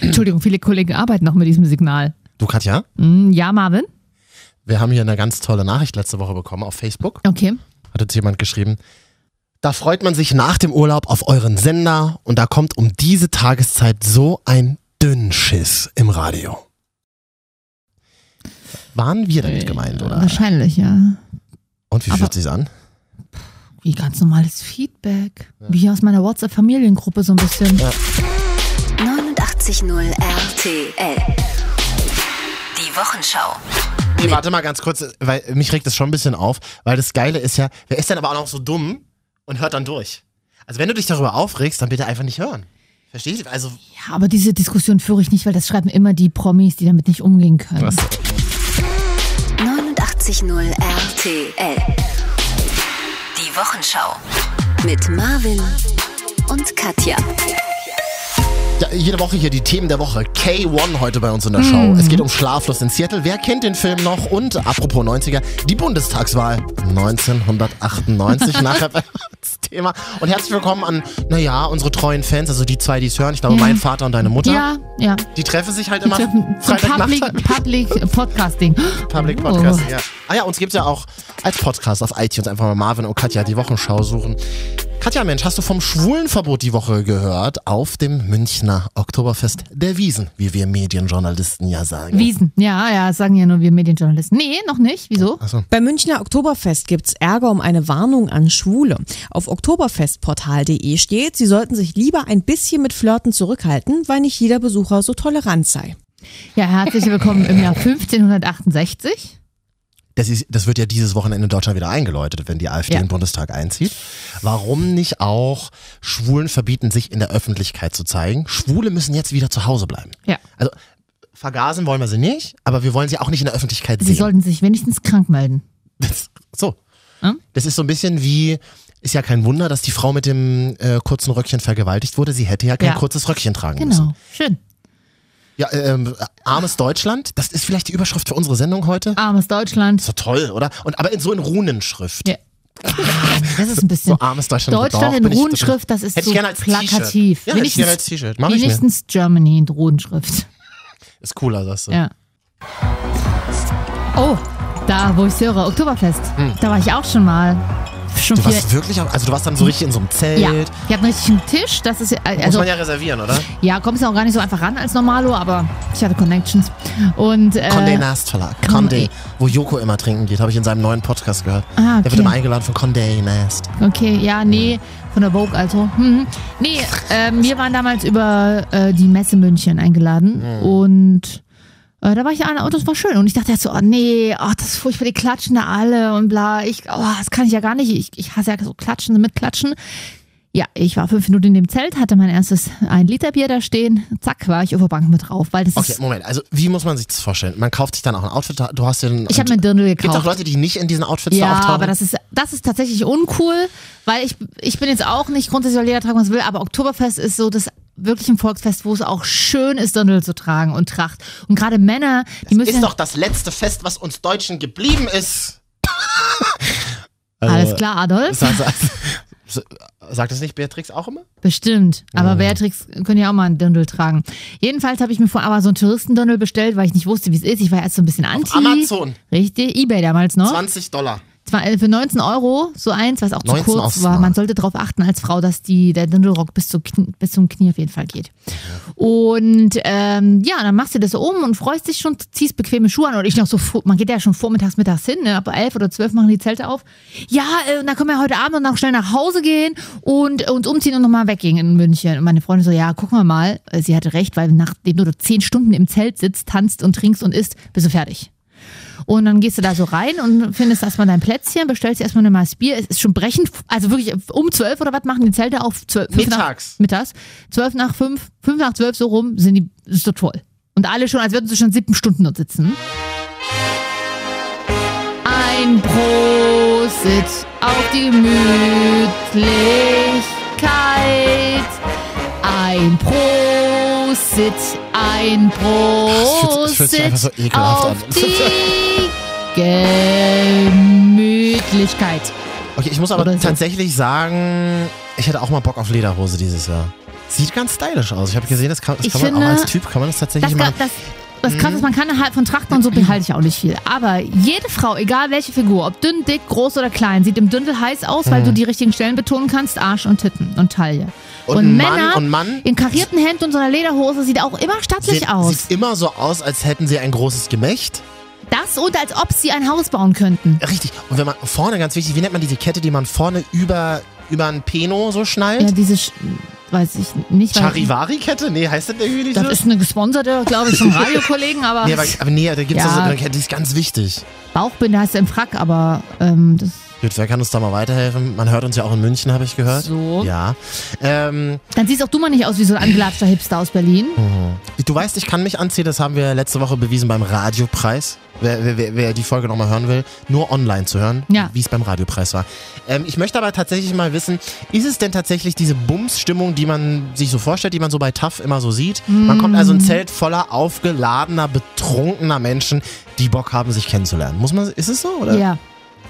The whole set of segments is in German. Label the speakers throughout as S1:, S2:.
S1: Entschuldigung, viele Kollegen arbeiten noch mit diesem Signal.
S2: Du Katja,
S1: Hm, ja, Marvin?
S2: wir haben hier eine ganz tolle Nachricht letzte Woche bekommen auf Facebook.
S1: Okay.
S2: Hat uns jemand geschrieben. Da freut man sich nach dem Urlaub auf euren Sender und da kommt um diese Tageszeit so ein Dünnschiss im Radio. Waren wir damit gemeint, oder?
S1: Wahrscheinlich, ja.
S2: Und wie
S1: Aber-
S2: fühlt sich's an?
S1: Wie ganz normales Feedback. Wie aus meiner WhatsApp-Familiengruppe so ein bisschen.
S3: 89.0 RTL. Die Wochenschau.
S2: Nee, warte mal ganz kurz, weil mich regt das schon ein bisschen auf, weil das Geile ist ja, wer ist denn aber auch noch so dumm und hört dann durch? Also wenn du dich darüber aufregst, dann bitte einfach nicht hören. Verstehst du? Also
S1: Ja, aber diese Diskussion führe ich nicht, weil das schreiben immer die Promis, die damit nicht umgehen können.
S2: Was?
S3: 89.0 RTL. Die Wochenschau. Mit Marvin und Katja.
S2: ja, jede Woche hier die Themen der Woche. K1 heute bei uns in der Show.
S1: Mhm.
S2: Es geht um Schlaflos in Seattle. Wer kennt den Film noch? Und apropos 90er, die Bundestagswahl 1998 nachher bei uns Thema. Und herzlich willkommen an, naja, unsere treuen Fans, also die zwei, die es hören. Ich glaube,
S1: Ja.
S2: mein Vater und deine Mutter.
S1: Ja, ja.
S2: Die treffen sich halt
S1: Die
S2: immer
S1: treffen zum
S2: Freitagnacht.
S1: Public, Public Podcasting.
S2: Public
S1: Oh.
S2: Podcast, ja. Ah ja, uns gibt's ja auch als Podcast auf iTunes. Einfach mal Marvin und Katja die Wochenschau suchen. Katja, Mensch, hast du vom Schwulenverbot die Woche gehört? Auf dem Münchner Oktoberfest der Wiesen, wie wir Medienjournalisten ja sagen.
S1: Wiesen. Ja, ja, das sagen ja nur wir Medienjournalisten. Nee, noch nicht. Wieso?
S2: Achso.
S4: Beim Münchner Oktoberfest gibt's Ärger um eine Warnung an Schwule. Auf oktoberfestportal.de steht, sie sollten sich lieber ein bisschen mit Flirten zurückhalten, weil nicht jeder Besucher so tolerant sei.
S1: Ja, herzlich willkommen im Jahr 1568.
S2: Das, ist, das wird ja dieses Wochenende in Deutschland wieder eingeläutet, wenn die AfD
S1: Ja.
S2: in den Bundestag einzieht. Warum nicht auch Schwulen verbieten, sich in der Öffentlichkeit zu zeigen? Schwule müssen jetzt wieder zu Hause bleiben.
S1: Ja.
S2: Also vergasen wollen wir sie nicht, aber wir wollen sie auch nicht in der Öffentlichkeit
S1: Sie
S2: sehen.
S1: sollten sich wenigstens krank melden.
S2: Das, so.
S1: Hm?
S2: Das ist so ein bisschen wie, ist ja kein Wunder, dass die Frau mit dem äh, kurzen Röckchen vergewaltigt wurde. Sie hätte ja kein
S1: Ja.
S2: kurzes Röckchen tragen müssen.
S1: Genau. Schön.
S2: Ja, ähm, armes Deutschland, das ist vielleicht die Überschrift für unsere Sendung heute.
S1: Armes Deutschland.
S2: So toll, oder? Und aber in so in Runenschrift.
S1: Ja. Ah, Das ist ein bisschen.
S2: So armes Deutschland.
S1: Deutschland
S2: Doch,
S1: in
S2: bin ich-
S1: Runenschrift, das ist
S2: Hätte
S1: so
S2: ich gerne als
S1: plakativ.
S2: T-Shirt. Ja, hätte ich gerne als T-Shirt. Mach ich mir.
S1: wenigstens Germany in Runenschrift.
S2: Ist cooler, sagst du.
S1: Ja. Oh, da, wo ich höre, Oktoberfest. Da war ich auch schon mal. Schon
S2: Hm. Du
S1: viel.
S2: warst wirklich, auch- also du warst dann so richtig in so einem Zelt.
S1: ja, ich habe einen richtigen Tisch. Das ist, äh,
S2: Muss
S1: also,
S2: man ja reservieren, oder?
S1: ja, kommst du auch gar nicht so einfach ran als Normalo, aber ich hatte Connections. Und, äh,
S2: Condé Nast Verlag. Condé, wo Joko immer trinken geht, habe ich in seinem neuen Podcast gehört.
S1: Ah,
S2: Der
S1: okay.
S2: wird immer eingeladen von Condé Nast.
S1: Okay, ja, nee, von der Vogue also. Hm. Nee, ähm, wir waren damals über äh, die Messe München eingeladen und äh, da war ich an und das war schön. Und ich dachte erst so, oh nee, oh, das ist furchtbar, die klatschen da alle und bla. Ich, oh, das kann ich ja gar nicht. Ich, ich hasse ja so klatschen, mitklatschen. Ja, ich war fünf Minuten in dem Zelt, hatte mein erstes ein Liter Bier da stehen. Zack, war ich auf der Bank mit drauf, weil das
S2: Okay,
S1: ist,
S2: Moment. Also, wie muss man sich das vorstellen? Man kauft sich dann auch ein Outfit. Du hast dir
S1: ich habe mir ein Dirndl gekauft.
S2: Gibt auch Leute, die nicht in diesen Outfits da
S1: Ja,
S2: auftauchen?
S1: aber das ist, das ist tatsächlich uncool, weil ich, ich bin jetzt auch nicht grundsätzlich soll jeder tragen, was er will, aber Oktoberfest ist so das wirklich ein Volksfest, wo es auch schön ist, Dirndl zu tragen und Tracht. Und gerade Männer, die müssen
S2: ist doch das letzte Fest, was uns Deutschen geblieben ist. Also,
S1: alles klar, Adolf?
S2: Sag, sag, sagt das nicht Beatrix auch immer?
S1: Bestimmt. Aber Beatrix können ja auch mal einen Dirndl tragen. Jedenfalls habe ich mir vor aber so einen Touristendirndl bestellt, weil ich nicht wusste, wie es ist. Ich war erst so ein bisschen anti.
S2: Amazon.
S1: Richtig, Ebay damals noch.
S2: 20 Dollar.
S1: Zwar äh, für 19 Euro so eins, was auch zu
S2: 19 auch
S1: kurz
S2: smart.
S1: war. Man sollte darauf achten als Frau, dass die, der Dirndlrock bis, zu, Kn- bis zum Knie auf jeden Fall geht. Und ähm, ja, dann machst du das um und freust dich schon, ziehst bequeme Schuhe an. Und ich noch so, vor- man geht ja schon vormittags, mittags hin, ne? ab elf oder zwölf machen die Zelte auf. Ja, äh, und dann können wir heute Abend noch schnell nach Hause gehen und äh, uns umziehen und nochmal weggehen in München. Und meine Freundin so, ja, gucken wir mal. Äh, Sie hatte recht, weil nachdem du da zehn Stunden im Zelt sitzt, tanzt und trinkst und isst, bist du fertig. Und dann gehst du da so rein und findest erstmal dein Plätzchen, bestellst dir erstmal eine Maß Bier. Es ist schon brechend, also wirklich um zwölf oder was machen die Zelte auf? Zwölf, fünf
S2: Mittags.
S1: Nach, mittags. Zwölf nach fünf, fünf nach zwölf so rum sind die, ist doch toll. Und alle schon, als würden sie schon sieben Stunden dort sitzen. Ein Prosit auf die Gemütlichkeit. Ein Prosit, ein
S2: Das fühlt- das fühlt sich
S1: Prosit
S2: einfach so ekelhaft
S1: auf
S2: an.
S1: die Gemütlichkeit.
S2: Okay, ich muss aber
S1: Oder so.
S2: tatsächlich sagen, ich hätte auch mal Bock auf Lederhose dieses Jahr. Sieht ganz stylisch aus. Ich habe gesehen, das kann, das
S1: Ich
S2: kann man
S1: finde,
S2: auch als Typ, kann man das tatsächlich
S1: Das,
S2: machen.
S1: ga- das, das krass
S2: mhm.
S1: ist, man kann halt von Trachten und so behalte ich auch nicht viel. Aber jede Frau, egal welche Figur, ob dünn, dick, groß oder klein, sieht im Dündel heiß aus,
S2: Mhm.
S1: weil du die richtigen Stellen betonen kannst, Arsch und Titten und Taille.
S2: Und ein Mann-
S1: Männer
S2: und Mann-
S1: in karierten Hemd und so einer Lederhose sieht auch immer stattlich
S2: Sieht,
S1: aus.
S2: sieht immer so aus, als hätten sie ein großes Gemächt.
S1: das und als ob sie ein Haus bauen könnten.
S2: Richtig. Und wenn man vorne, ganz wichtig, wie nennt man diese Kette, die man vorne über, über ein Peno so
S1: Ja,
S2: schnallt?
S1: diese, Sch- weiß ich nicht. weil-
S2: Charivari-Kette? Nee, heißt das irgendwie nicht
S1: Das
S2: so?
S1: ist eine gesponserte, glaube ich, vom Radiokollegen, aber,
S2: Nee, aber, aber nee, da gibt's
S1: Ja.
S2: ja. so eine Kette, die ist ganz wichtig.
S1: Bauchbinde heißt ja im Frack, aber ähm, das
S2: Gut, wer kann uns da mal weiterhelfen? Man hört uns ja auch in München, habe ich gehört.
S1: So.
S2: Ja. Ähm,
S1: Dann siehst auch du mal nicht aus wie so ein angelatschter Hipster aus Berlin.
S2: du weißt, ich kann mich anziehen, das haben wir letzte Woche bewiesen beim Radiopreis. Wer, wer- wer, wer die Folge nochmal hören will, nur online zu hören,
S1: Ja.
S2: wie es beim Radiopreis war. Ähm, ich möchte aber tatsächlich mal wissen, ist es denn tatsächlich diese Bums-Stimmung, die man sich so vorstellt, die man so bei TAF immer so sieht? Man kommt also in ein
S1: Mm.
S2: Zelt voller aufgeladener, betrunkener Menschen, die Bock haben, sich kennenzulernen. Muss man, ist es so? Oder?
S1: Ja.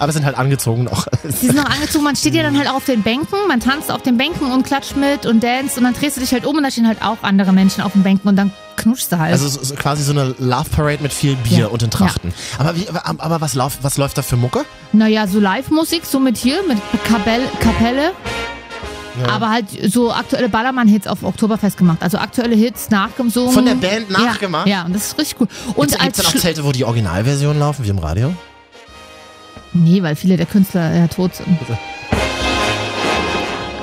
S2: Aber es sind halt angezogen noch.
S1: Die sind noch angezogen, man steht ja dann halt auch auf den Bänken, man tanzt auf den Bänken und klatscht mit und danst und dann drehst du dich halt um und da stehen halt auch andere Menschen auf den Bänken und dann knutschst du halt.
S2: Also so, so quasi so eine Love Parade mit viel Bier
S1: Ja.
S2: und den Trachten. Aber, wie, aber, aber was, lauf, was läuft da für Mucke?
S1: naja, so Live-Musik, so mit hier, mit Kapelle, Kapelle aber halt so aktuelle Ballermann-Hits auf Oktoberfest gemacht. Also aktuelle Hits nachgesungen.
S2: Von der Band nachgemacht?
S1: Ja, ja und das ist richtig cool. Und
S2: Gibt's,
S1: als
S2: gibt's dann auch
S1: Schlu-
S2: Zelte, wo die Originalversion laufen, wie im Radio?
S1: Nee, weil viele der Künstler ja tot sind.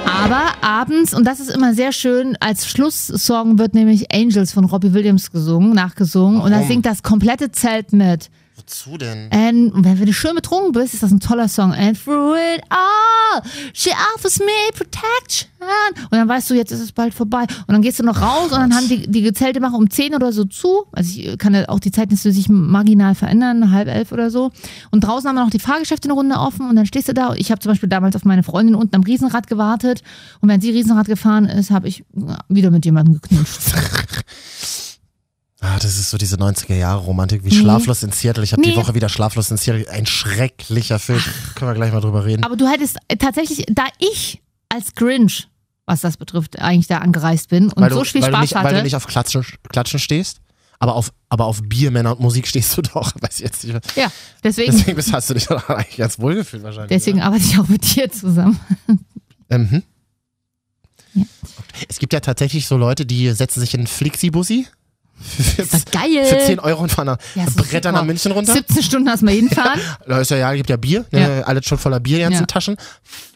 S1: Aber abends, und das ist immer sehr schön, als Schlusssong wird nämlich Angels von Robbie Williams gesungen, nachgesungen. Und da
S2: Warum?
S1: singt das komplette Zelt mit.
S2: Wozu denn?
S1: And, und wenn du schön betrunken bist, ist das ein toller Song. And through it all, she offers me protection. Und dann weißt du, jetzt ist es bald vorbei. Und dann gehst du noch raus und dann haben die, die Zelte machen um 10 oder so zu. Also ich kann ja auch die Zeit nicht so sich marginal verändern, halb elf oder so. Und draußen haben wir noch die Fahrgeschäfte eine Runde offen und dann stehst du da. Ich habe zum Beispiel damals auf meine Freundin unten am Riesenrad gewartet. Und während sie Riesenrad gefahren ist, habe ich ja, wieder mit jemandem geknutscht.
S2: Ah, das ist so diese 90er-Jahre-Romantik wie Schlaflos in Seattle. Ich habe
S1: Nee.
S2: die Woche wieder Schlaflos in Seattle. Ein schrecklicher Film. Können wir gleich mal drüber reden.
S1: Aber du hättest äh, tatsächlich, da ich als Grinch, was das betrifft, eigentlich da angereist bin und
S2: weil du,
S1: so viel
S2: weil
S1: Spaß
S2: du nicht,
S1: hatte.
S2: Weil du nicht auf Klatschen, Klatschen stehst, aber auf, aber auf Bier, Männer und Musik stehst du doch. Weiß ich jetzt nicht.
S1: ja, deswegen, deswegen,
S2: Deswegen bist- hast du dich doch eigentlich ganz wohl gefühlt wahrscheinlich. ne?
S1: arbeite ich auch mit dir zusammen.
S2: Ähm, hm.
S1: Ja.
S2: Es gibt ja tatsächlich so Leute, die setzen sich in einen Flixi-Bussi für,
S1: Das ist geil.
S2: für 10 Euro und fahren nach,
S1: Ja, das ist
S2: Bretter
S1: super.
S2: nach München runter.
S1: 17 Stunden hast du mal hinfahren.
S2: Da ist ja, ja, gibt ja Bier,
S1: Ja.
S2: Ne, alles schon voller Bier, die ganzen
S1: Ja.
S2: Taschen.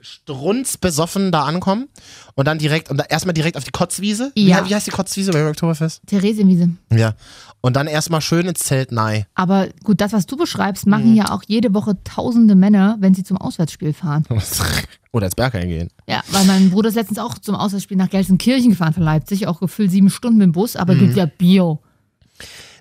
S2: Strunz besoffen da ankommen und dann direkt, und da erstmal direkt auf die Kotzwiese.
S1: Ja.
S2: Wie, wie heißt die Kotzwiese beim Oktoberfest?
S1: Theresienwiese.
S2: Ja. Und dann erstmal schön ins Zelt nein.
S1: Aber gut, das, was du beschreibst,
S2: Mhm.
S1: machen ja auch jede Woche tausende Männer, wenn sie zum Auswärtsspiel fahren.
S2: Oder ins Berg eingehen.
S1: Ja, weil mein Bruder ist letztens auch zum Auswärtsspiel nach Gelsenkirchen gefahren von Leipzig, auch gefühlt sieben Stunden mit dem Bus, aber
S2: Mhm.
S1: gibt ja Bio.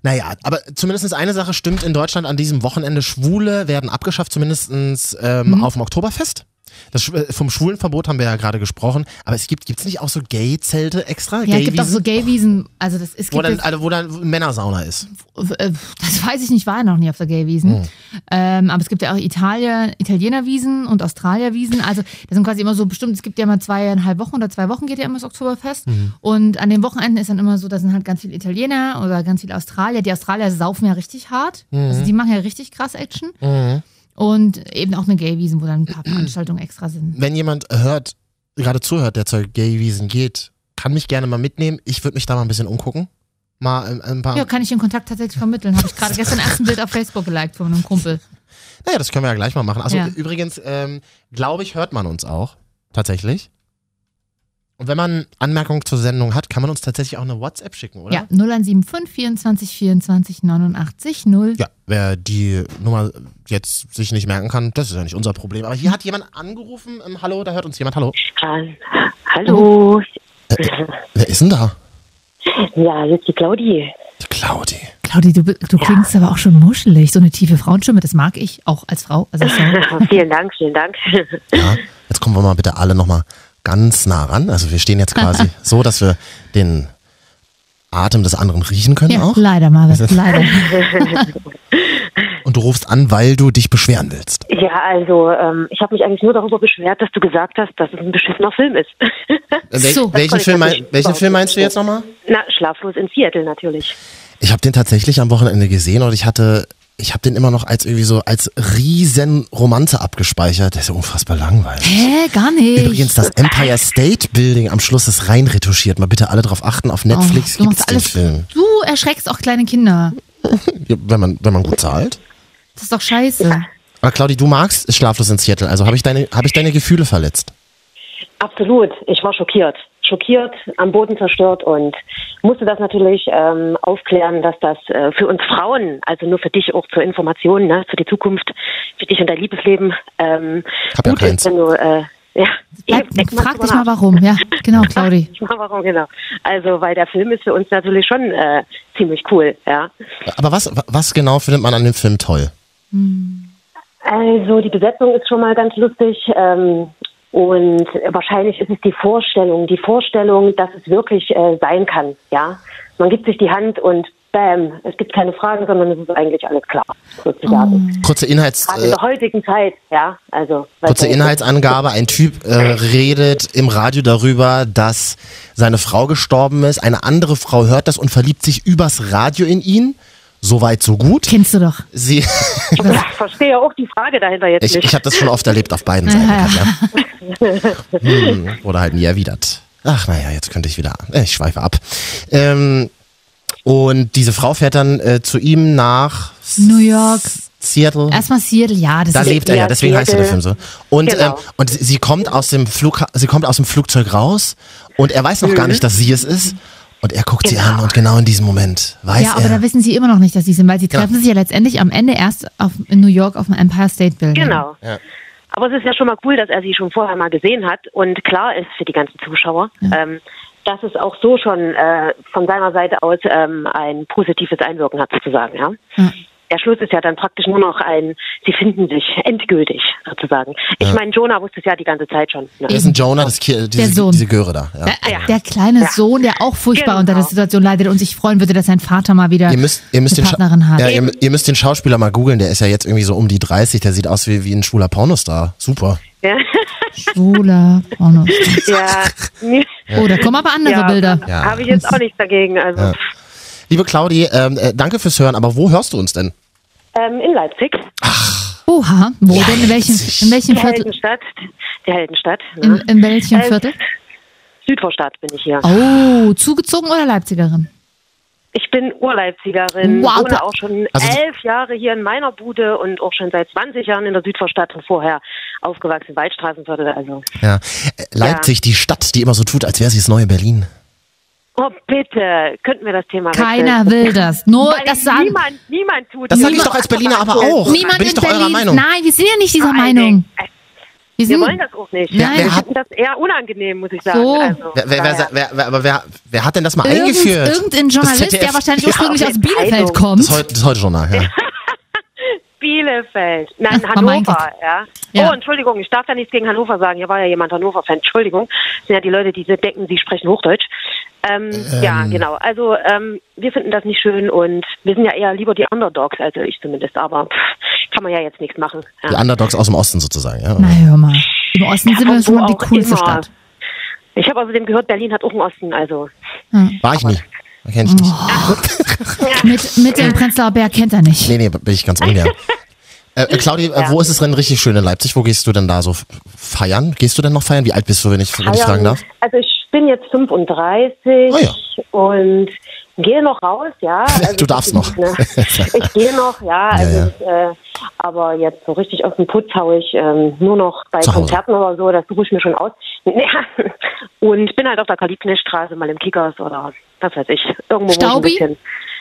S2: Naja, aber zumindest eine Sache stimmt in Deutschland an diesem Wochenende. Schwule werden abgeschafft, zumindest ähm,
S1: Mhm.
S2: auf dem Oktoberfest. Das, Schw- vom Schwulenverbot haben wir ja gerade gesprochen. Aber es gibt, gibt's nicht auch so Gay-Zelte extra?
S1: Ja,
S2: Gay
S1: gibt auch so Gay-Wiesen. Also das ist
S2: wo dann, also wo dann Männersauna ist.
S1: Äh, das weiß ich nicht, war ja noch nie auf der Gay-Wiesen. Ähm, aber es gibt ja auch Italien, Italiener-Wiesen und Australier-Wiesen. Also das sind quasi immer so bestimmt, es gibt ja immer zweieinhalb Wochen oder zwei Wochen geht ja immer das Oktoberfest. Und an den Wochenenden ist dann immer so, da sind halt ganz viele Italiener oder ganz viele Australier. Die Australier saufen ja richtig hart.
S2: Mhm.
S1: Also die machen ja richtig krass Action. Und eben auch eine Gay-Wiesen, wo dann ein paar Veranstaltungen extra sind.
S2: Wenn jemand hört, gerade zuhört, der zur Gay-Wiesen geht, kann mich gerne mal mitnehmen. Ich würde mich da mal ein bisschen umgucken. Mal ähm, ein, ein paar.
S1: Ja, kann ich den Kontakt tatsächlich vermitteln. Habe ich gerade gestern erst ein Bild auf Facebook geliked von einem Kumpel.
S2: Naja, das können wir ja gleich mal machen. Also
S1: Ja.
S2: übrigens, ähm, glaube ich, hört man uns auch. Tatsächlich. Und wenn man Anmerkungen zur Sendung hat, kann man uns tatsächlich auch eine WhatsApp schicken, oder?
S1: Ja, 0175 24 24 89 0.
S2: Ja, wer die Nummer jetzt sich nicht merken kann, das ist ja nicht unser Problem. Aber hier hat jemand angerufen. Ähm, hallo, da hört uns jemand. Hallo.
S5: dran. Hallo.
S2: Wer ist denn da?
S5: Ja, jetzt die Claudi.
S2: Die Claudi.
S1: Claudi, du, du klingst aber auch schon muschelig. So eine tiefe Frauenstimme, das mag ich auch als Frau. Also sorry.
S5: vielen Dank, vielen Dank.
S2: Ja, jetzt kommen wir mal bitte alle nochmal ganz nah ran. Also wir stehen jetzt quasi so, dass wir den Atem des anderen riechen können
S1: ja,
S2: auch.
S1: leider, Marvin, leider.
S2: Und du rufst an, weil du dich beschweren willst.
S5: Ja, also ähm, ich habe mich eigentlich nur darüber beschwert, dass du gesagt hast, dass es ein beschissener Film ist.
S2: Wel
S1: So.
S2: welchen,
S5: Das
S2: Film,
S5: kann ich
S2: mein, welchen
S5: überhaupt
S2: Film
S5: nicht
S2: meinst du jetzt nochmal?
S5: Na, schlaflos in Seattle natürlich.
S2: Ich habe den tatsächlich am Wochenende gesehen und ich hatte, ich habe den immer noch als irgendwie so als riesen Romanze abgespeichert. Der ist ja unfassbar langweilig.
S1: Hä, gar nicht.
S2: Übrigens, das Empire State Building am Schluss ist rein retuschiert. Mal bitte alle drauf achten. Auf
S1: Oh,
S2: Netflix
S1: du,
S2: gibt's
S1: machst
S2: den
S1: alles,
S2: Film.
S1: du erschreckst auch kleine Kinder.
S2: Ja, Wenn man, wenn man gut zahlt.
S1: Das ist doch scheiße.
S2: Aber Ah, Claudi, du magst Schlaflos in Seattle. Also habe ich, deine, hab ich deine Gefühle verletzt.
S5: Absolut, ich war schockiert. Schockiert, am Boden zerstört und musste das natürlich ähm, aufklären, dass das äh, für uns Frauen, also nur für dich auch zur Information, ne, für die Zukunft, für dich und dein Liebesleben, ähm,
S2: Hab ja
S5: gut
S2: keins.
S5: ist, wenn du, äh, ja,
S1: Bleib,
S5: eben, denk
S1: frag
S5: drüber
S1: dich mal
S5: nach.
S1: warum. Ja, genau, Claudi.
S5: Ich mach warum, genau. Also, weil der Film ist für uns natürlich schon äh, ziemlich cool, ja.
S2: Aber was, was genau findet man an dem Film toll?
S5: Also die Besetzung ist schon mal ganz lustig. Ähm, und wahrscheinlich ist es die Vorstellung, die Vorstellung, dass es wirklich äh, sein kann. Ja, man gibt sich die Hand und bam, es gibt keine Fragen, sondern es ist eigentlich alles klar, sozusagen.
S2: Kurze Inhalts...
S5: Gerade
S2: Äh,
S5: in der heutigen Zeit, ja, also weiß
S2: Kurze
S5: man-
S2: Inhaltsangabe, ein Typ äh, redet im Radio darüber, dass seine Frau gestorben ist. Eine andere Frau hört das und verliebt sich übers Radio in ihn. Soweit, so gut.
S1: Kennst du doch.
S2: Sie,
S5: Ich verstehe auch die Frage dahinter jetzt
S2: ich
S5: nicht.
S2: ich habe das schon oft erlebt auf beiden Seiten. Katja. Hm, wurde halt nie erwidert. Ach naja, jetzt könnte ich wieder, äh, ich schweife ab. Ähm, und diese Frau fährt dann äh, zu ihm nach
S1: New York.
S2: Seattle.
S1: Erstmal Seattle, ja, das
S2: Da
S1: ist
S2: lebt er ja,
S5: Ja,
S2: deswegen heißt ja der Film
S5: Seattle.
S2: so. Und,
S5: Genau.
S2: ähm, und sie- sie kommt aus dem Flug, sie kommt aus dem Flugzeug raus und er weiß noch
S1: Mhm.
S2: gar nicht, dass sie es ist. Und er guckt sie an und genau in diesem Moment weiß
S1: Ja, aber
S2: er. Genau.
S1: da wissen sie immer noch nicht, dass sie sind, weil sie treffen sich ja letztendlich am Ende erst auf, in New York auf dem Empire State Building.
S5: Genau. Aber es ist ja schon mal cool, dass er sie schon vorher mal gesehen hat und klar ist für die ganzen Zuschauer,
S1: Mhm.
S5: ähm, dass es auch so schon äh, von seiner Seite aus ähm, ein positives Einwirken hat, sozusagen. Ja?
S1: Ja.
S5: Der Schluss ist ja dann praktisch nur noch ein, sie finden sich endgültig, sozusagen. Ich meine, Jonah wusste es ja die ganze Zeit schon. Ne?
S2: Er ist ein Jonah, das Ki diese,
S1: Sohn.
S2: diese Göre da. Ja.
S1: Der, der kleine Sohn, der auch furchtbar
S5: Genau.
S1: unter der Situation leidet und sich freuen würde, dass sein Vater mal wieder
S2: Ihr müsst, ihr, müsst den
S1: eine
S2: Scha-
S1: Äh, Partnerin hat.
S2: ja, ihr, ihr müsst den Schauspieler mal googeln, der ist ja jetzt irgendwie so um die 30, der sieht aus wie, wie ein schwuler Pornostar. Super.
S5: Ja.
S1: Schwuler Pornos.
S5: ja.
S1: Oh, da kommen aber andere Bilder.
S2: Ja.
S5: Habe ich jetzt auch nichts dagegen. Also
S2: Liebe Claudi, ähm, äh, danke fürs Hören, aber wo hörst du uns denn?
S5: ähm, in Leipzig,
S1: Oha, wo denn? In welchem, in welchem
S5: die
S1: Viertel?
S5: Heldenstadt, die Heldenstadt,
S1: In,
S5: ne?
S1: in welchem
S5: Äh,
S1: Viertel?
S5: Südvorstadt bin ich hier.
S1: Oh, zugezogen oder Leipzigerin?
S5: Ich bin Urleipzigerin,
S1: Wow.
S5: wohne auch schon
S2: Also-
S5: elf Jahre hier in meiner Bude und auch schon seit 20 Jahren in der Südvorstadt und vorher aufgewachsen, Waldstraßenviertel. Also,
S2: Ja. Äh, Leipzig, die Stadt, die immer so tut, als wäre sie das neue Berlin.
S5: oh bitte, könnten wir das Thema
S1: Keiner
S5: wechseln?
S1: will das. Nur
S5: Weil
S1: das sagen.
S5: niemand, niemand tut
S2: Das sag
S5: sage
S2: ich doch als Berliner aber auch.
S1: Niemand
S2: Bin ich
S1: in
S2: doch eurer
S1: Berlin.
S2: Meinung?
S1: Nein, wir sind ja nicht dieser Meinung. Wir
S5: Wir
S1: sind
S5: wollen das auch nicht.
S1: Nein.
S5: Nein.
S1: Wer-
S5: Wir
S2: wer hat-
S5: finden das eher unangenehm, muss ich sagen.
S1: So.
S5: Also,
S2: Wer, wer, wer,
S5: daher-
S2: wer, wer, aber wer, wer hat denn das mal
S1: irgend,
S2: eingeführt?
S1: irgendein Journalist, der wahrscheinlich
S2: Ja,
S1: ursprünglich
S5: okay,
S1: aus Bielefeld
S5: Zeitung.
S2: Das,
S1: kommt.
S2: heute, das heute Journal, ja.
S5: Bielefeld. Nein,
S1: Ach, oh mein
S5: Hannover, ja.
S1: Ja.
S5: Oh, Entschuldigung, ich darf ja nichts gegen Hannover sagen. Hier war ja jemand Hannover-Fan. Entschuldigung. Das sind ja die Leute, die so denken, sie sprechen Hochdeutsch. Ähm, Ja, genau. Also, ähm, wir finden das nicht schön und wir sind ja eher lieber die Underdogs, also ich zumindest. Aber pff, kann man ja jetzt nichts machen.
S2: Die
S5: Ja.
S2: Underdogs aus dem Osten sozusagen, ja.
S1: Na hör mal. Im Osten sind wir
S5: Von
S1: schon
S5: wo
S1: mal die
S5: auch
S1: coolste
S5: immer.
S1: Stadt.
S5: Ich habe außerdem gehört, Berlin hat auch einen Osten. Also,
S2: War ich nie. Kenn ich nicht.
S1: Mit, mit dem Prenzlauer Berg kennt er nicht.
S2: Nee, nee, bin ich ganz ungern. Äh, äh, Claudia, äh, wo ist es denn richtig schön in Leipzig? Wo gehst du denn da so f- feiern? Gehst du denn noch feiern? Wie alt bist du, wenn ich, wenn ich
S5: feiern.
S2: fragen darf?
S5: Also, ich bin jetzt 35
S2: Ah ja.
S5: und gehe noch raus, ja. Also
S2: Du darfst
S5: ich-
S2: noch.
S5: Ne? Ich gehe noch, ja. Also
S2: Ja,
S5: Ich, äh, aber jetzt so richtig auf den Putz hau ich ähm, nur noch bei
S2: Zu Hause.
S5: Konzerten oder so, das suche ich mir schon aus. Ja. Und bin halt auf der Kalibnerstraße mal im Kickers oder was weiß ich. Irgendwo wo ich ein
S1: Staubi?
S5: bisschen.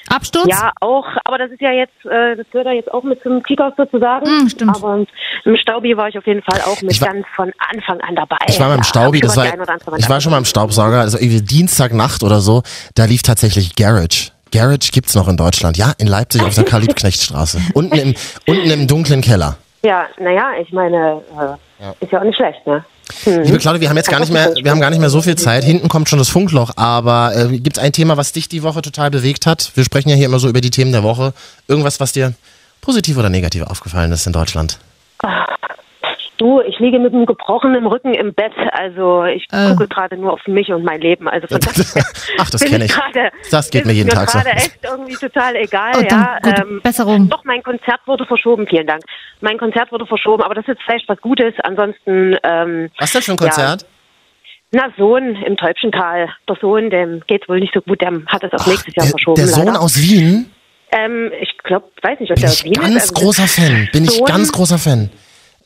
S1: Absturz?
S5: Ja, auch, aber das ist ja jetzt, äh, das gehört ja jetzt auch mit zum Kickers sozusagen.
S1: Mm, stimmt.
S5: Aber im Staubi war ich auf jeden Fall auch
S2: Ich
S5: mit
S2: war-
S5: ganz von Anfang an dabei.
S2: Ich war mal im
S5: Ja,
S2: Staubi,
S5: äh, hab
S2: das
S5: schon mal
S2: war,
S5: die ein oder andere
S2: ich war schon mal im Staubsauger, also irgendwie Dienstagnacht oder so, da lief tatsächlich Garage. Garage gibt's noch in Deutschland, ja, in Leipzig auf der Karl-Liebknecht-Straße. Unten im, unten im dunklen Keller.
S5: Ja, naja, ich meine, äh, ist ja auch nicht schlecht, ne?
S2: Liebe Claudia, wir haben jetzt gar nicht mehr, wir haben gar nicht mehr so viel Zeit. Hinten kommt schon das Funkloch, aber äh, gibt es ein Thema, was dich die Woche total bewegt hat? Wir sprechen ja hier immer so über die Themen der Woche. Irgendwas, was dir positiv oder negativ aufgefallen ist in Deutschland?
S5: Du, ich liege mit einem gebrochenen Rücken im Bett. Also ich
S1: Äh.
S5: gucke gerade nur auf mich und mein Leben. Also von daher
S2: Ach, das
S5: bin
S2: kenne ich.
S5: gerade-
S2: Das geht
S5: ist
S2: mir jeden Tag so.
S5: gerade echt irgendwie total egal.
S1: Oh, dann
S5: ja, Ähm,
S1: gute Besserung.
S5: Doch, mein Konzert wurde verschoben. Vielen Dank. Mein Konzert wurde verschoben, aber das ist jetzt vielleicht was Gutes. Ansonsten, ähm,
S2: Was denn für ein Konzert?
S5: na, Sohn im Täubchental. Der Sohn, dem geht's wohl nicht so gut. Der hat es auf nächstes Jahr
S2: der,
S5: verschoben.
S2: der Sohn
S5: leider.
S2: aus Wien?
S5: Ähm, ich glaube, weiß nicht, ob
S2: Bin
S5: der aus
S2: ich
S5: Wien ist.
S2: ganz
S5: Also,
S2: großer Fan. Bin ich
S5: Sohn-
S2: ganz großer Fan.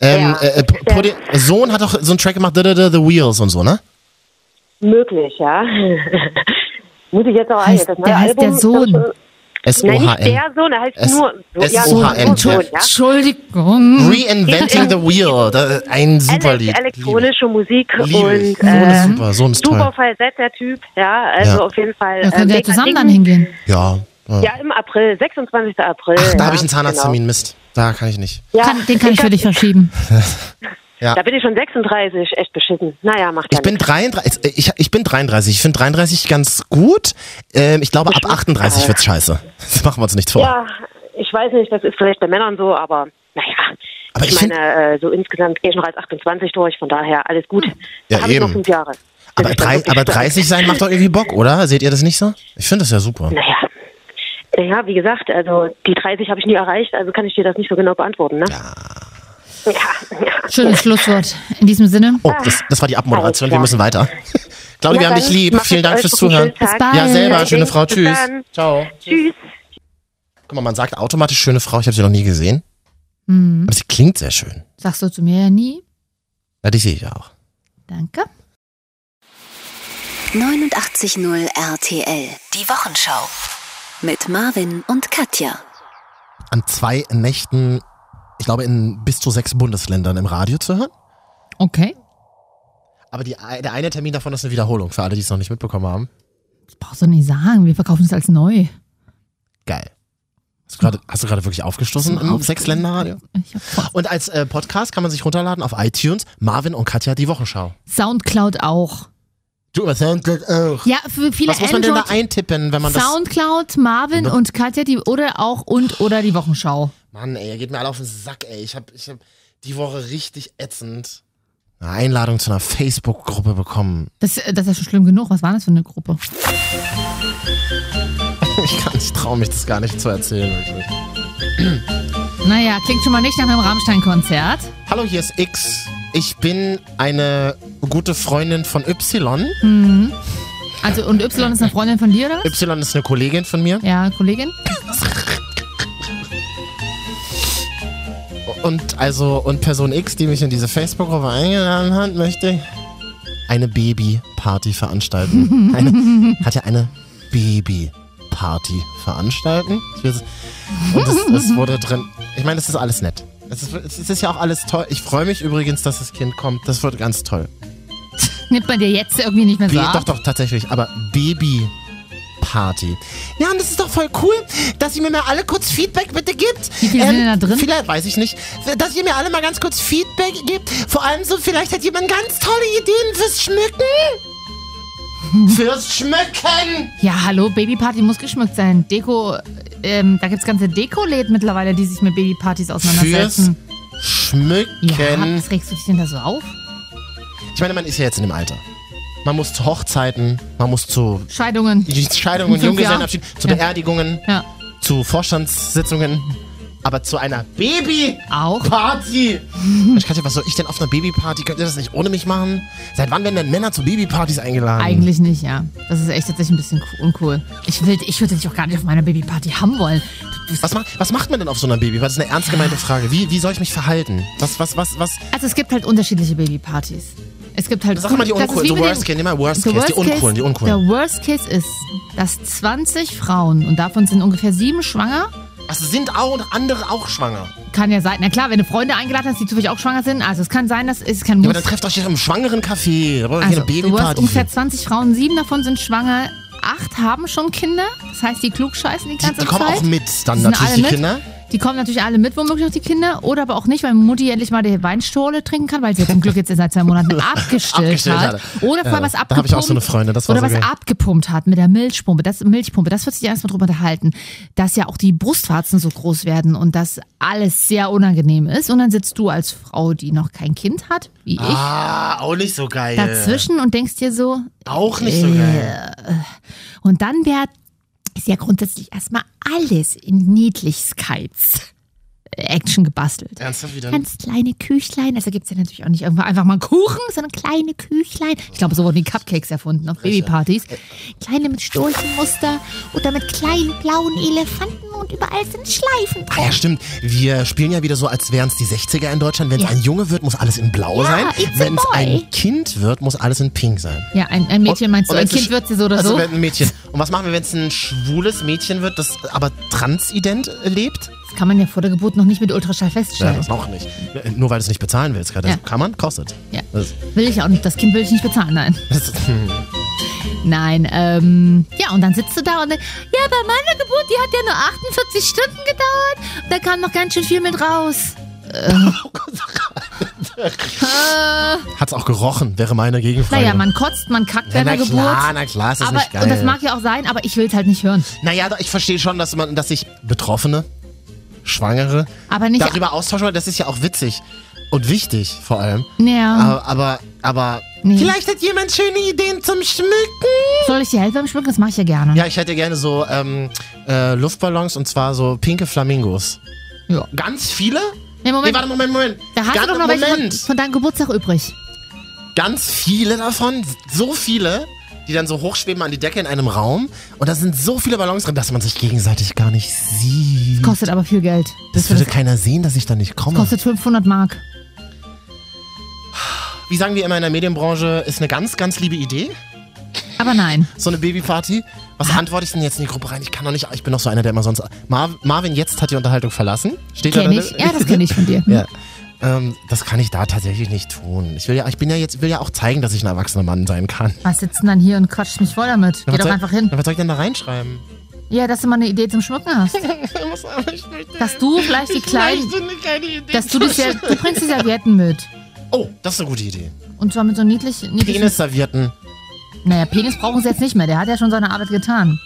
S2: Ähm,
S5: Ja.
S2: äh, äh, P-
S5: Der-
S2: Podi- Sohn hat doch so einen Track gemacht, The, The Wheels und so, ne?
S5: Möglich, ja. Muss ich jetzt auch
S1: Heißt-
S5: das neue
S1: der heißt
S5: Album,
S1: der Sohn.
S5: ist doch schon-
S2: S-O-H-N.
S5: Nein, nicht der Sohn, er heißt
S2: S-
S5: nur so, ja,
S2: S-O-H-N,
S5: nur
S2: ja.
S5: Sohn, ja.
S1: Entschuldigung.
S2: Reinventing the Wheel. Da, ein super
S5: Ele-
S2: Lied.
S5: elektronische Musik
S2: Liebe ich.
S5: und
S2: Sohn ist
S5: äh,
S2: super, Sohn ist
S5: super
S2: toll.
S5: Falsett, der Typ, ja, also
S2: Ja.
S5: auf jeden Fall.
S1: Da
S5: äh,
S1: könnt ihr ja
S5: mega
S1: zusammen
S5: Ding.
S1: dann hingehen.
S2: Ja. ja.
S5: Ja, im April, 26. April.
S2: Ach,
S5: ja,
S2: da habe ich einen Zahnarzttermin, Mist. Da kann ich nicht.
S5: Genau. Ja,
S1: Kann, den kann ich
S5: hab-
S1: für dich verschieben.
S2: Ja.
S5: Da bin ich schon 36, echt beschissen. Naja, macht ja
S2: Ich bin
S5: nichts.
S2: 33, ich, ich bin 33. Ich finde 33 ganz gut. Ähm, ich glaube, ab 38 wird's scheiße. Das machen wir uns nicht vor.
S5: Ja, ich weiß nicht, das ist vielleicht bei Männern so, aber naja.
S2: Aber ich
S5: ich
S2: find-
S5: meine, äh, so insgesamt gehe ich schon bereits 28 durch, von daher alles gut.
S2: Ja,
S5: da habe ich noch
S2: eben.
S5: fünf Jahre.
S2: aber,
S5: Bis ich dann
S2: drei,
S5: wirklich
S2: aber
S5: stark-
S2: 30 sein macht doch irgendwie Bock, oder? Seht ihr das nicht so? Ich finde das ja super.
S5: Naja. Naja, wie gesagt, also die 30 habe ich nie erreicht, also kann ich dir das nicht so genau beantworten, ne? Ja. Ja,
S1: Schönes Schlusswort. In diesem Sinne.
S2: Oh, das, das war die Abmoderation. Wir müssen weiter. Claudia, wir haben dich
S5: dann
S2: lieb.
S5: macht
S2: Vielen
S5: es
S2: Dank
S5: euch
S2: fürs
S5: noch einen
S2: Zuhören.
S5: schönen Tag.
S1: Bis bald.
S2: Ja, selber.
S5: Bis
S2: Schöne Frau.
S5: dann.
S2: Tschüss. Ciao.
S5: Tschüss.
S2: Guck mal, man sagt automatisch schöne Frau. Ich habe sie noch nie gesehen. Aber sie klingt sehr schön.
S1: Hm. Sagst du zu mir ja nie.
S2: Ja, die sehe ich ja auch.
S1: Danke.
S3: 89.0 RTL. Die Wochenschau. Mit Marvin und Katja.
S2: An zwei Nächten, ich glaube, in bis zu sechs Bundesländern im Radio zu hören.
S1: Okay.
S2: Aber die, der eine Termin davon ist eine Wiederholung, für alle, die es noch nicht mitbekommen haben.
S1: Das brauchst du nicht sagen. Wir verkaufen es als neu.
S2: Geil. Hast du gerade, hast du gerade wirklich aufgestoßen im Sechsländer-Radio?
S1: Ich hab voll-
S2: Und als äh, Podcast kann man sich runterladen auf iTunes, Marvin und Katja die Wochenschau.
S1: Soundcloud auch.
S2: Du über Soundcloud auch.
S1: Ja, für viele
S2: Was muss man denn da
S1: Android.
S2: eintippen, wenn man das...
S1: Soundcloud, Marvin
S2: Ne?
S1: und Katja, die oder auch und oder die Wochenschau.
S2: Mann, ey, ihr geht mir alle auf den Sack, ey. Ich hab, ich hab die Woche richtig ätzend eine Einladung zu einer Facebook-Gruppe bekommen.
S1: Das, äh, das ist ja schon schlimm genug. Was war das für eine Gruppe?
S2: Ich, kann- ich traue mich das gar nicht zu erzählen. Wirklich.
S1: Naja, klingt schon mal nicht nach einem Rammstein-Konzert.
S2: Hallo, hier ist X. Ich bin eine gute Freundin von Y.
S1: Also, und Y ist eine Freundin von dir, oder was?
S2: Y ist eine Kollegin von mir.
S1: Ja, Kollegin?
S2: Und also, und Person X, die mich in diese Facebook-Gruppe eingeladen hat, möchte eine Baby-Party veranstalten. Eine, hat ja eine Baby-Party veranstalten. Ich weiß- Und es, es wurde drin. Ich meine, es ist alles nett. Es ist, es ist ja auch alles toll. Ich freue mich übrigens, dass das Kind kommt. Das wird ganz toll.
S1: Nimmt man dir jetzt irgendwie nicht mehr
S2: Ba-
S1: so ab.
S2: Doch, doch, tatsächlich. Aber Baby. Party. Ja, und das ist doch voll cool, dass ihr mir mal alle kurz Feedback bitte gibt. Ähm,
S1: Wie viele sind denn da drin?
S2: Vielleicht, weiß ich nicht. Dass ihr mir alle mal ganz kurz Feedback gibt. Vor allem so, vielleicht hat jemand ganz tolle Ideen fürs Schmücken. fürs Schmücken!
S1: Ja, hallo, Babyparty muss geschmückt sein. Deko, ähm, da gibt's ganze Deko-Läden mittlerweile, die sich mit Babypartys
S2: Fürs
S1: auseinandersetzen. ja,
S2: Schmücken.
S1: was regst du dich denn da so auf?
S2: Ich meine, man ist ja jetzt in dem Alter. Man muss zu Hochzeiten, man muss zu
S1: Scheidungen.
S2: Scheidungen,
S1: Fünf
S2: Junggesellenabschied, zu
S1: Ja.
S2: Beerdigungen,
S1: Ja,
S2: zu Vorstandssitzungen. Aber zu einer Baby
S1: auch.
S2: Party! Mensch, Katja, was soll ich denn auf einer Babyparty? Könnt ihr das nicht ohne mich machen? Seit wann werden denn Männer zu Babypartys eingeladen?
S1: Eigentlich nicht, ja. Das ist echt tatsächlich ein bisschen co- uncool. Ich, will, ich würde dich auch gar nicht auf meiner Babyparty haben wollen. Du, du,
S2: Was, ma was macht man denn auf so einer Babyparty? Das ist eine ernst gemeinte Frage. Wie, wie soll ich mich verhalten? Was, was, was, was?
S1: also es gibt halt unterschiedliche Babypartys. Es gibt halt...
S2: Sag mal die
S1: Das ist wie
S2: Uncoolen. The
S1: mit
S2: Worst
S1: den-
S2: Case. Nimm mal Worst
S1: The
S2: Case. Die Uncoolen, die
S1: Der
S2: Uncoolen.
S1: Worst Case ist, dass 20 Frauen und davon sind ungefähr sieben schwanger
S2: Also sind auch und andere auch schwanger.
S1: Kann ja sein. Na klar, wenn du Freunde eingeladen hast, die zufällig auch schwanger sind. Also es kann sein, dass es kein
S2: Ja,
S1: Muss.
S2: aber dann trefft euch doch im schwangeren Café. Da braucht ihr
S1: also,
S2: keine
S1: du hast
S2: Babyparty.
S1: ungefähr 20 Frauen, sieben davon sind schwanger, acht haben schon Kinder. Das heißt, die klugscheißen die
S2: Die,
S1: ganze
S2: die kommen
S1: Zeit.
S2: auch mit, dann
S1: Die sind
S2: natürlich
S1: alle
S2: die
S1: mit.
S2: Kinder.
S1: Die kommen natürlich alle mit, womöglich auch die Kinder. Oder aber auch nicht, weil Mutti endlich mal die Weinschorle trinken kann, weil sie zum Glück jetzt seit zwei Monaten abgestillt,
S2: Abgestillt
S1: hat.
S2: hat.
S1: Oder vor allem
S2: Ja,
S1: was abgepumpt.
S2: da hab ich auch so eine Freundin, das war
S1: Oder
S2: so
S1: was
S2: geil.
S1: abgepumpt hat mit der Milchpumpe. Das, Milchpumpe, das wird sich erstmal drüber unterhalten, dass ja auch die Brustwarzen so groß werden und dass alles sehr unangenehm ist. Und dann sitzt du als Frau, die noch kein Kind hat, wie ich,
S2: Ah, auch nicht so geil.
S1: dazwischen und denkst dir so,
S2: Auch nicht so geil.
S1: und dann wäre ist ja grundsätzlich erstmal alles in Niedlichkeits-Action gebastelt.
S2: Ernsthaft wieder?
S1: Ganz kleine Küchlein, also gibt es ja natürlich auch nicht irgendwo einfach mal einen Kuchen, sondern kleine Küchlein. Ich glaube, so wurden die Cupcakes erfunden auf Babypartys. Kleine mit Storchenmuster oder mit kleinen blauen Elefanten und überall sind Schleifen
S2: Ah, ja,
S1: drauf.
S2: stimmt. Wir spielen ja wieder so, als wären es die 60er in Deutschland. Wenn es
S1: Ja.
S2: ein Junge wird, muss alles in blau
S1: Ja, it's
S2: sein.
S1: a
S2: Wenn es
S1: boy.
S2: ein Kind wird, muss alles in pink sein.
S1: Ja, ein, ein Mädchen meinst du,
S2: Und
S1: ein
S2: wenn's
S1: Kind wird sie so oder
S2: also
S1: so.
S2: Wenn ein Mädchen. Und was machen wir, wenn es ein schwules Mädchen wird, das aber transident lebt?
S1: Das kann man ja vor der Geburt noch nicht mit Ultraschall
S2: Ja,
S1: feststellen.
S2: das auch nicht. Nur weil du es nicht bezahlen willst gerade.
S1: Ja.
S2: Kann man? Kostet.
S1: Ja.
S2: Das,
S1: Will ich auch nicht, das Kind will ich nicht bezahlen, nein.
S2: das,
S1: Nein, ähm, ja, und dann sitzt du da und dann, ja, bei meiner Geburt, die hat ja nur 48 Stunden gedauert. Da kam noch ganz schön viel mit raus. Äh,
S2: hat's auch gerochen, wäre meine Gegenfrage.
S1: naja, man kotzt, man kackt
S2: ja,
S1: bei
S2: na
S1: der Geburt.
S2: klar, na klar, ist das
S1: aber,
S2: nicht geil.
S1: und das mag ja auch sein, aber ich will es halt nicht hören.
S2: naja, doch, ich verstehe schon, dass man, dass sich Betroffene, Schwangere
S1: Aber nicht.
S2: darüber austauschen wollen. Das ist ja auch witzig und wichtig vor allem.
S1: Ja.
S2: Aber, aber, aber
S1: Nee.
S2: vielleicht hat jemand schöne Ideen zum Schmücken.
S1: Soll ich dir helfen beim Schmücken? Das mache ich ja gerne.
S2: Ja, ich hätte gerne so ähm, äh, Luftballons und zwar so pinke Flamingos.
S1: Ja.
S2: Ganz viele?
S1: Nee,
S2: Nee,
S1: Moment,
S2: warte, Moment, Moment.
S1: da hast
S2: Ganz,
S1: du doch noch welche von,
S2: Moment.
S1: von deinem Geburtstag übrig.
S2: Ganz viele davon, so viele, die dann so hochschweben an die Decke in einem Raum. Und da sind so viele Ballons drin, dass man sich gegenseitig gar nicht sieht.
S1: Kostet aber viel Geld.
S2: Das würde keiner sehen, dass ich da nicht komme.
S1: Kostet 500 Mark.
S2: Wie sagen wir immer in der Medienbranche, ist eine ganz, ganz liebe Idee.
S1: Aber nein.
S2: so eine Babyparty. Was antworte ich denn jetzt in die Gruppe rein? Ich kann doch nicht, ich bin doch so einer, der immer sonst. Mar Marvin, jetzt hat die Unterhaltung verlassen. Steht da
S1: Kenn
S2: da
S1: ich. Ja, das kenne ich Mhm. von dir.
S2: ja. Ähm, das kann ich da tatsächlich nicht tun. Ich will ja, ich bin ja jetzt, will ja auch zeigen, dass ich ein erwachsener Mann sein kann.
S1: Was sitzt denn Ah, dann hier und quatscht mich voll damit? Geh
S2: was
S1: doch
S2: soll-
S1: einfach hin.
S2: Was soll ich denn da reinschreiben?
S1: Ja, dass du mal eine Idee zum Schmücken hast.
S2: Was soll ich möchte-
S1: Dass du vielleicht die kleinen.
S2: Ich möchte keine Idee.
S1: Dass du die Ser Du bringst die Servietten mit.
S2: oh, das ist eine gute Idee.
S1: Und zwar mit so niedlich. niedlichen
S2: Penisservierten.
S1: Naja, Penis brauchen sie jetzt nicht mehr. Der hat ja schon seine Arbeit getan.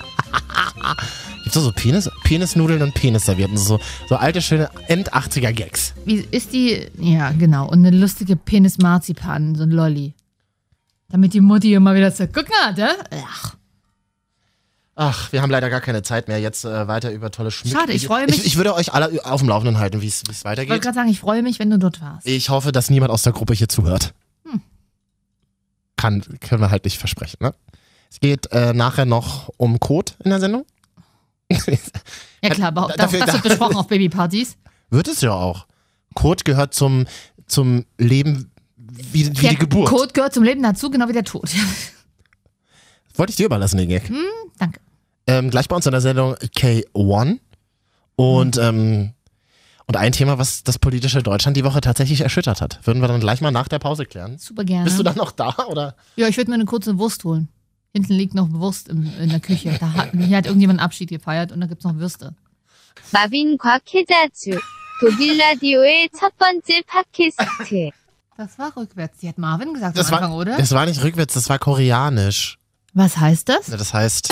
S2: Gibt's da so Penis, Penisnudeln und Penisservierten? So, so alte, schöne End-80er-Gags.
S1: Wie ist die. Ja, genau. Und eine lustige Penis-Marzipan, so ein Lolli. Damit die Mutti immer wieder sagt: Guck mal, da. Ach,
S2: Ach, wir haben leider gar keine Zeit mehr, jetzt äh, weiter über tolle Schmuck.
S1: Schade, ich freue mich.
S2: Ich, ich würde euch alle auf dem Laufenden halten, wie es wie es
S1: ich wollte
S2: weitergeht.
S1: gerade sagen, ich freue mich, wenn du dort warst.
S2: Ich hoffe, dass niemand aus der Gruppe hier zuhört.
S1: Hm.
S2: Kann, können wir halt nicht versprechen, ne? Es geht äh, nachher noch um Code in der Sendung.
S1: Ja, klar, aber das,
S2: dafür-
S1: das wird besprochen auf Babypartys.
S2: Wird es ja auch. Code gehört zum, zum Leben wie, wie
S1: Der
S2: die Geburt.
S1: Code gehört zum Leben dazu, genau wie der Tod.
S2: Wollte ich dir überlassen, den Gag.
S1: Hm, Danke.
S2: Ähm, gleich bei uns in der Sendung K1.
S1: Hm.
S2: Und, ähm, und ein Thema, was das politische Deutschland die Woche tatsächlich erschüttert hat. Würden wir dann gleich mal nach der Pause klären.
S1: Super gerne.
S2: Bist du dann noch da? Oder?
S1: Ja, ich würde mir eine kurze Wurst holen. Hinten liegt noch Wurst im, in der Küche. Da hat, hier hat irgendjemand einen Abschied gefeiert und da gibt's noch Würste.
S6: 마빈 곽혜자주 독일 라디오의 첫 번째 팟캐스트
S1: Das war rückwärts. Die hat Marvin gesagt
S2: Das
S1: am Anfang,
S2: war,
S1: oder?
S2: das war nicht rückwärts, das war koreanisch.
S1: Was heißt das?
S2: Das heißt,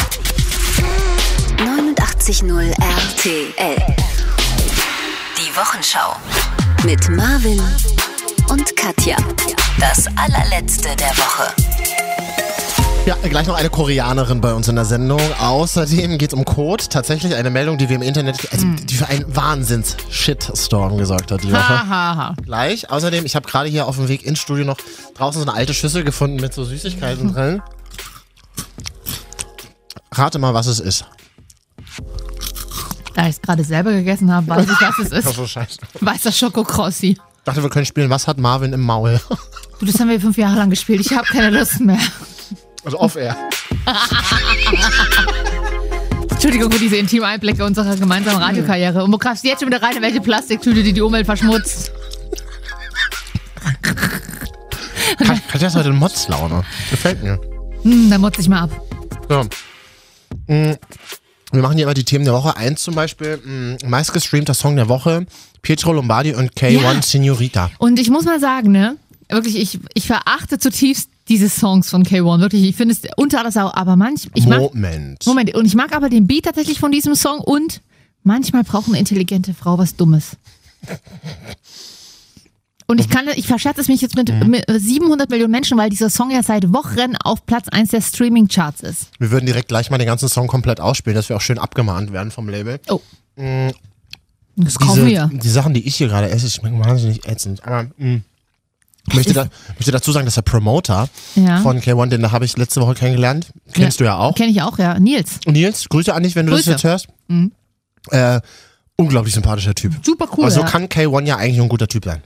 S3: 89.0 RTL. Die Wochenschau. Mit Marvin und Katja. Das allerletzte der Woche.
S2: ja, gleich noch eine Koreanerin bei uns in der Sendung. Außerdem geht es um Code. Tatsächlich eine Meldung, die wir im Internet, also, die für einen Wahnsinns-Shitstorm gesorgt hat die Woche.
S1: Ha, ha, ha.
S2: Gleich. Außerdem, ich habe gerade hier auf dem Weg ins Studio noch draußen so eine alte Schüssel gefunden mit so Süßigkeiten drin. Rate mal, was es ist.
S1: Da ich es gerade selber gegessen habe, weiß ich, was es ist.
S2: so scheiße.
S1: Weißer Schokokrossi.
S2: Ich dachte, wir können spielen, was hat Marvin im Maul?
S1: Du, das haben wir fünf Jahre lang gespielt. Ich habe keine Lust mehr.
S2: Also off-air.
S1: Entschuldigung für diese intimen Einblicke unserer gemeinsamen Radiokarriere. Und wo greifst du jetzt schon wieder rein, in welche Plastiktüte, die die Umwelt verschmutzt?
S2: Kat- Katja ist heute in Motzlaune. Gefällt mir.
S1: Hm, dann motz ich mal ab.
S2: So. Mm. Wir machen hier immer die Themen der Woche. Eins zum Beispiel, mh, meistgestreamter Song der Woche, Pietro Lombardi und K1
S1: Ja.
S2: Signorita.
S1: Und ich muss mal sagen, ne, wirklich, ich, ich verachte zutiefst diese Songs von K1. Wirklich, ich finde es unter aller Sau, aber manch, ich mag,
S2: Moment.
S1: Moment, und ich mag aber den Beat tatsächlich von diesem Song und manchmal braucht eine intelligente Frau was Dummes. Und ich kann, ich verscherze es mich jetzt mit,
S2: Mhm.
S1: mit 700 Millionen Menschen, weil dieser Song ja seit Wochen auf Platz 1 der Streaming-Charts ist.
S2: Wir würden direkt gleich mal den ganzen Song komplett ausspielen, dass wir auch schön abgemahnt werden vom Label.
S1: Oh. Das kaufen wir.
S2: die Sachen, die ich hier gerade esse, schmecken wahnsinnig ätzend. Aber, mh. Ich möchte, da, möchte dazu sagen, dass der Promoter
S1: Ja.
S2: von K1, den da habe ich letzte Woche kennengelernt, kennst du ja auch.
S1: Kenne ich auch, ja. Nils.
S2: Nils, Grüße an dich, wenn du
S1: Grüße. Mhm.
S2: das jetzt hörst. Äh, unglaublich sympathischer Typ.
S1: Super cool.
S2: also
S1: ja.
S2: kann K1 ja eigentlich ein guter Typ sein.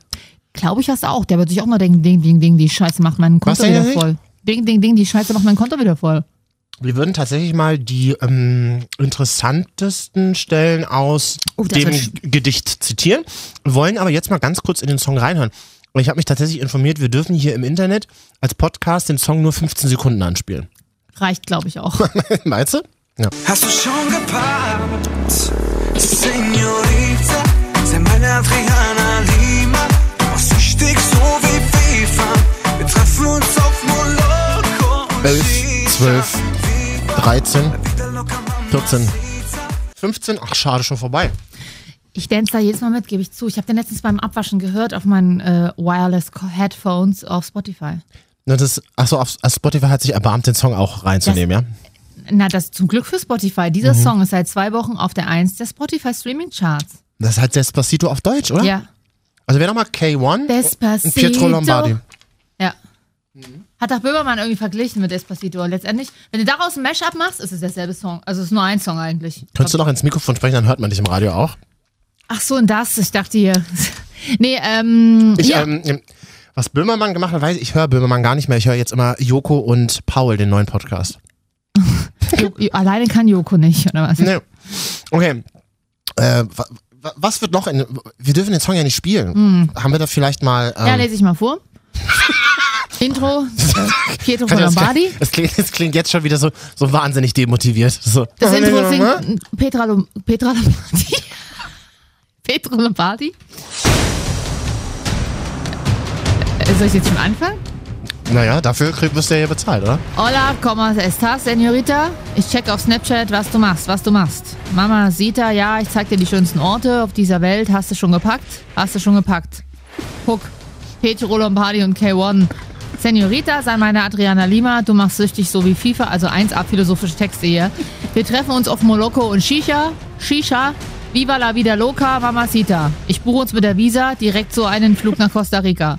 S1: Glaube ich das auch. Der wird sich auch mal denken, ding, ding, ding, die Scheiße macht mein Konto
S2: denkt
S1: wieder
S2: er sich?
S1: voll. Ding, ding, ding, die Scheiße macht mein Konto wieder voll.
S2: Wir würden tatsächlich mal die ähm, interessantesten Stellen aus
S1: Oh, das
S2: dem
S1: wird sch-
S2: Gedicht zitieren, wollen aber jetzt mal ganz kurz in den Song reinhören. Und ich habe mich tatsächlich informiert, wir dürfen hier im Internet als Podcast den Song nur 15 Sekunden anspielen.
S1: Reicht, glaube ich, auch.
S2: Meinst du? Ja.
S7: Hast du schon geparkt? Senorita, sei meine Adriana Lima. Süchtig so wie FIFA. Wir treffen uns auf Moloko. und
S2: Elf,
S7: Shisha.
S2: zwölf, 13,
S7: Wieder locker Mama
S2: 14,
S7: Sita.
S2: 15. Ach, schade, schon vorbei.
S1: Ich dance da jedes Mal mit, gebe ich zu. Ich habe den letztens beim Abwaschen gehört auf meinen äh, Wireless Headphones auf Spotify.
S2: Na, das, achso, auf auf Spotify hat sich erbarmt, den Song auch reinzunehmen, ja?
S1: Na, das zum Glück für Spotify. Dieser Song ist seit zwei Wochen auf der 1 der Spotify Streaming Charts.
S2: Das ist halt Despacito auf Deutsch, oder?
S1: Ja.
S2: Also wer nochmal K1
S1: Despacito.
S2: und Pietro Lombardi.
S1: Ja. Hat doch Böhmermann irgendwie verglichen mit Despacito. Letztendlich, wenn du daraus ein Mashup machst, ist es derselbe Song. Also es ist nur ein Song eigentlich.
S2: Könntest du noch ins Mikrofon sprechen, dann hört man dich im Radio auch.
S1: Ach so, und das, ich dachte hier. Nee, ähm,
S2: Ich,
S1: ja.
S2: ähm, was Böhmermann gemacht hat, weiß ich, ich höre Böhmermann gar nicht mehr. Ich höre jetzt immer Joko und Paul, den neuen Podcast.
S1: Jo- Jo- alleine kann Joko nicht, oder was?
S2: Nee. Okay. Äh, wa, wa, was wird noch in. Wir dürfen den Song ja nicht spielen. Haben wir da vielleicht mal. Ähm,
S1: Hm. Ja, lese ich mal vor. Intro, äh, Pietro
S2: kann ich- das,
S1: Lombardi.
S2: klingt, das, klingt, das klingt jetzt schon wieder so, so wahnsinnig demotiviert. So,
S1: Das Intro singt Petra, Lom Petra Lombardi. Petro Lombardi. Äh, Soll ich jetzt schon anfangen?
S2: Naja, dafür krieg- wirst du ja hier bezahlt, oder?
S1: Hola, ¿cómo estás, señorita? Ich check auf Snapchat, was du machst, was du machst. Mama, Sita, ja, ich zeig dir die schönsten Orte auf dieser Welt. Hast du schon gepackt? Hast du schon gepackt? Guck, Petro Lombardi und K1. Senorita, sei meine Adriana Lima, du machst süchtig so wie FIFA, also 1A philosophische Texte hier. Wir treffen uns auf Moloko und Shisha. Shisha, viva la vida loca, mamacita. Ich buche uns mit der Visa direkt so einen Flug nach Costa Rica.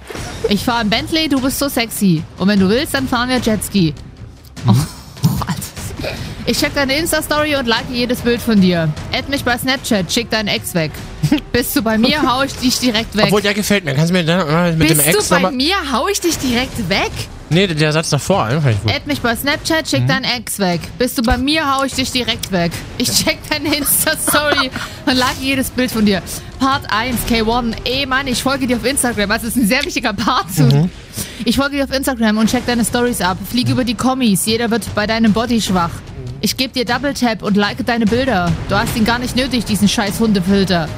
S1: Ich fahre im Bentley, du bist so sexy. Und wenn du willst, dann fahren wir Jetski. Oh, Alter. Ich check deine Insta-Story und like jedes Bild von dir. Add mich bei Snapchat, schick deinen Ex weg. Bist du bei mir, hau ich dich direkt weg.
S2: Obwohl, der gefällt mir. Kannst du mir dann mal mit
S1: Bist
S2: dem Ex
S1: du bei
S2: nochmal-
S1: mir, hau ich dich direkt weg?
S2: Nee, der Satz davor, den fand ich gut.
S1: Add mich bei Snapchat,
S2: Hm.
S1: schick deinen Ex weg. Bist du bei mir, hau ich dich direkt weg. Ich check deine Insta-Story und like jedes Bild von dir. Part 1, K1. Ey Mann, ich folge dir auf Instagram. Also, Das ist ein sehr wichtiger Part. Zu
S2: Mhm.
S1: Ich folge dir auf Instagram und check deine Stories ab. Flieg über die Kommis. Jeder wird bei deinem Body schwach. Ich geb dir Double Tap und like deine Bilder. Du hast ihn gar nicht nötig, diesen scheiß Hundefilter.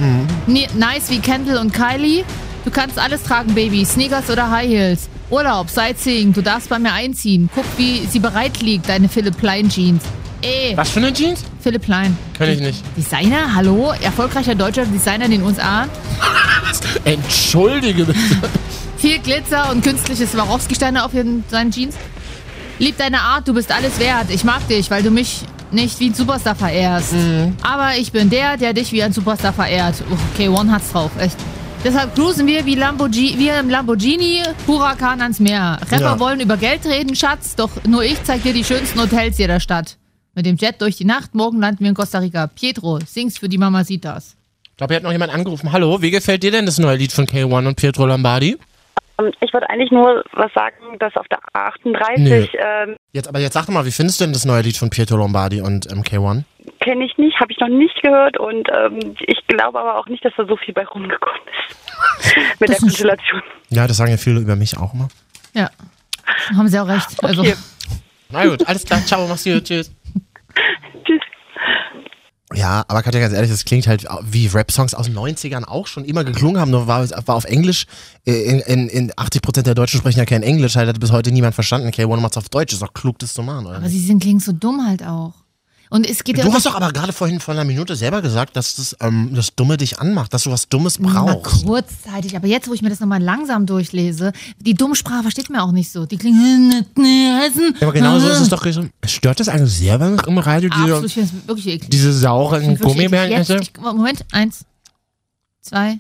S1: Ni- Nice wie Kendall und Kylie. Du kannst alles tragen, Baby. Sneakers oder High Heels. Urlaub, Sightseeing. Du darfst bei mir einziehen. Guck, wie sie bereit liegt, deine Philipp Plein Jeans. Ey,
S2: Was für eine Jeans?
S1: Philipp Plein.
S2: Kann ich nicht.
S1: Designer? Hallo? Erfolgreicher deutscher Designer in den USA?
S2: Entschuldige bitte.
S1: Viel Glitzer und künstliche Swarovski-Steine auf ihren, seinen Jeans. Lieb deine Art, du bist alles wert. Ich mag dich, weil du mich nicht wie ein Superstar verehrst. Aber ich bin der, der dich wie ein Superstar verehrt. Uff, Okay, One hat's drauf, echt. Deshalb cruisen wir wie Lamborghini, wir im Lamborghini Huracan ans Meer. Rapper
S2: Ja.
S1: wollen über Geld reden, Schatz, doch nur ich zeig dir die schönsten Hotels jeder Stadt. Mit dem Jet durch die Nacht, morgen landen wir in Costa Rica. Pietro, sing's für die Mamacitas.
S2: Ich glaube, hier hat noch jemand angerufen. Hallo, wie gefällt dir denn das neue Lied von K1 und Pietro Lombardi?
S8: Ähm, Ich wollte eigentlich nur was sagen, dass auf der 38 ähm,
S2: Jetzt, aber jetzt sag doch mal, wie findest du denn das neue Lied von Pietro Lombardi und ähm, K1?
S8: kenne ich nicht, habe ich noch nicht gehört und ähm, ich glaube aber auch nicht, dass da so viel bei rumgekommen ist. Mit der Konstellation.
S2: Ja, das sagen ja viele über mich auch immer.
S1: Ja, haben sie auch recht. Also,
S8: Okay.
S2: Na gut, alles klar, ciao, mach's gut, tschüss.
S8: Tschüss.
S2: Ja, aber Katja, ganz ehrlich, das klingt halt wie Rap-Songs aus den 90ern auch schon immer geklungen haben, nur war, war auf Englisch. Äh, In, in, in 80% der Deutschen sprechen ja kein Englisch, halt hat bis heute niemand verstanden. K1 macht's auf Deutsch, ist doch klug, das zu machen, oder?
S1: Aber sie sind, klingen so dumm halt auch. Und es geht ja
S2: Du
S1: auch-
S2: hast doch aber gerade vorhin vor einer Minute selber gesagt, dass das, ähm, das Dumme dich anmacht, dass du was Dummes
S1: Na,
S2: brauchst.
S1: kurzzeitig, aber jetzt, wo ich mir das nochmal langsam durchlese, die dumme Sprache versteht mir auch nicht so. Die klingen. "Hm, ne, Ja,
S2: Ja, aber genau so ist es doch gewesen. Stört das einen sehr wenn im Radio,
S1: Ah. Absolut, ich
S2: diese,
S1: finde es wirklich eklig.
S2: diese
S1: Ich
S2: sauren
S1: find's wirklich eklig. Jetzt,
S2: Gummibären?
S1: ich, Moment, eins, zwei,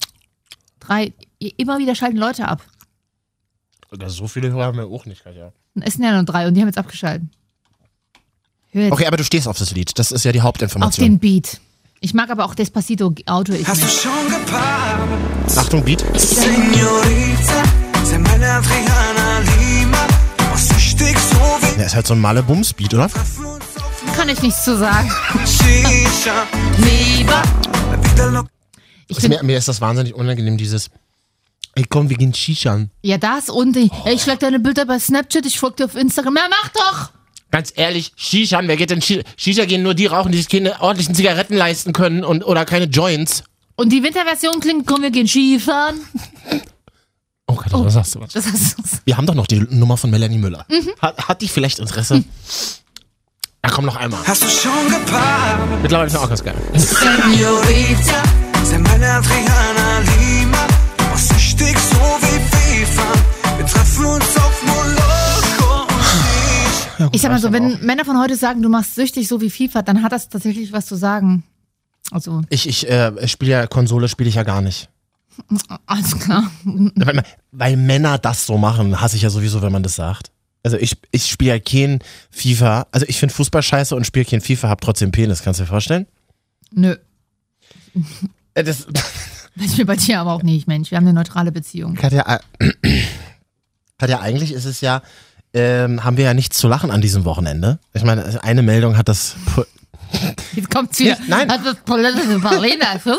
S1: drei. I- Immer wieder schalten Leute ab.
S2: Oder so viele Hörer haben wir auch nicht, Katja.
S1: Und Es sind ja nur drei und die haben jetzt abgeschaltet. Hör jetzt
S2: Okay, aber du stehst auf das Lied. Das ist ja die
S1: auf
S2: Hauptinformation.
S1: den Beat. Ich mag aber auch Despacito Auto. Ich
S7: Hast du
S1: nicht.
S7: schon gepaart?
S2: Achtung, Beat.
S7: Señorita, se meine Adriana Lima. Oh, süchtig so wie
S2: Der ist halt so ein Malle-Bums-Beat, oder?
S7: treffen uns auf
S1: Kann ich nichts zu sagen.
S7: Shisha.
S1: Lieber.
S7: Wieder locker.
S1: Ich
S2: Ist
S1: bin,
S2: mir, mir ist das wahnsinnig unangenehm, dieses Ey komm, wir gehen Shishan.
S1: ja, das und die, Ey, ich schlag deine Bilder bei Snapchat, ich folge dir auf Instagram. Ja, mach doch!
S2: Ganz ehrlich, Shishan, wer geht denn Shisha? Shisha gehen nur die rauchen, die sich keine ordentlichen Zigaretten leisten können und oder keine Joints.
S1: Und die Winterversion klingt, komm, wir gehen Skifahren.
S2: Oh Gott, was sagst du was?
S1: Das ist,
S2: Wir haben doch noch die Nummer von Melanie Müller. Hat, hat die vielleicht Interesse? Ja, komm noch einmal.
S7: Hast du schon gepaart?
S2: Mittlerweile ist mir auch ganz geil.
S7: Señorita, se meine Adriana Lima. Oh, süchtig so wie FIFA. Wir treffen uns auf Moloko und Shisha.
S1: ich sag mal so, wenn Männer von heute sagen, du machst süchtig so wie FIFA, dann hat das tatsächlich was zu sagen. Also,
S2: Ich, ich äh, spiele ja Konsole, spiele ich ja gar nicht.
S1: alles klar.
S2: Weil, man- weil Männer das so machen, hasse ich ja sowieso, wenn man das sagt. Also ich, ich spiele ja kein FIFA. Also ich finde Fußball scheiße und spiele kein FIFA, hab trotzdem Penis, kannst du dir vorstellen?
S1: Nö.
S2: Äh, Das
S1: Ich bin bei dir aber auch nicht, Mensch. Wir haben eine neutrale Beziehung.
S2: Katja, äh, Katja, eigentlich ist es ja, ähm, haben wir ja nichts zu lachen an diesem Wochenende. Ich meine, eine Meldung hat das.
S1: Jetzt kommt's wieder.
S2: Nicht- nein.
S1: Hat das politische Berliner erfüllt?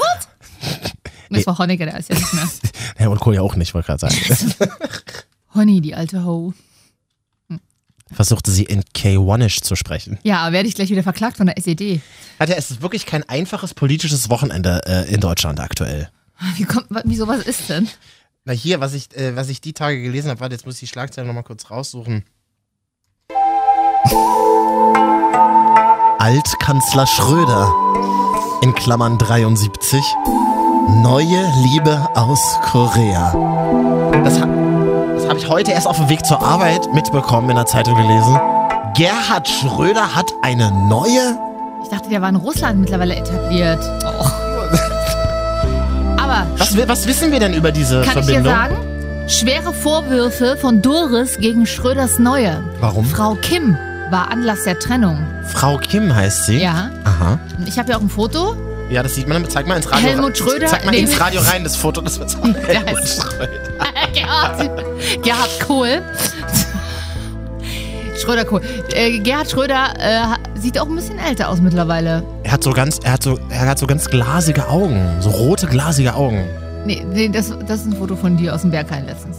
S1: Das war Honecker, der ist ja nicht mehr.
S2: Ja, und Kohl ja auch nicht, wollte gerade sagen.
S1: Honey, die alte Ho.
S2: Versuchte sie in K1ish zu sprechen.
S1: Ja, werde ich gleich wieder verklagt von der E SED.
S2: Katja, es ist wirklich kein einfaches politisches Wochenende äh, in Deutschland aktuell.
S1: Wie kommt, wieso, was ist denn?
S2: Na hier, was ich, äh, was ich die Tage gelesen habe, warte, jetzt muss ich die Schlagzeile nochmal kurz raussuchen. Altkanzler Schröder, in Klammern 73, neue Liebe aus Korea. Das, ha das habe ich heute erst auf dem Weg zur Arbeit mitbekommen, in der Zeitung gelesen. Gerhard Schröder hat eine neue
S1: Ich dachte, der war in Russland mittlerweile etabliert. Oh. Aber
S2: was, wi- was wissen wir denn über diese
S1: kann ich dir
S2: Verbindung?
S1: sagen, schwere Vorwürfe von Doris gegen Schröders Neue.
S2: Warum?
S1: Frau Kim war Anlass der Trennung.
S2: Frau Kim heißt sie.
S1: Ja.
S2: Aha.
S1: Ich habe ja auch ein Foto.
S2: Ja, das sieht man. Zeig mal ins Radio.
S1: Helmut Schröder?
S2: Zeig mal
S1: Nee.
S2: ins Radio rein, das Foto, das wird Helmut
S1: ist-
S2: Schröder.
S1: Gerhard, Gerhard Kohl. Schröder Kohl. Äh, Gerhard Schröder äh, sieht auch ein bisschen älter aus mittlerweile.
S2: Er hat so ganz, er hat so, er hat so ganz glasige Augen, so rote glasige Augen.
S1: Nee, nee das, das ist ein Foto von dir aus dem Berghain letztens.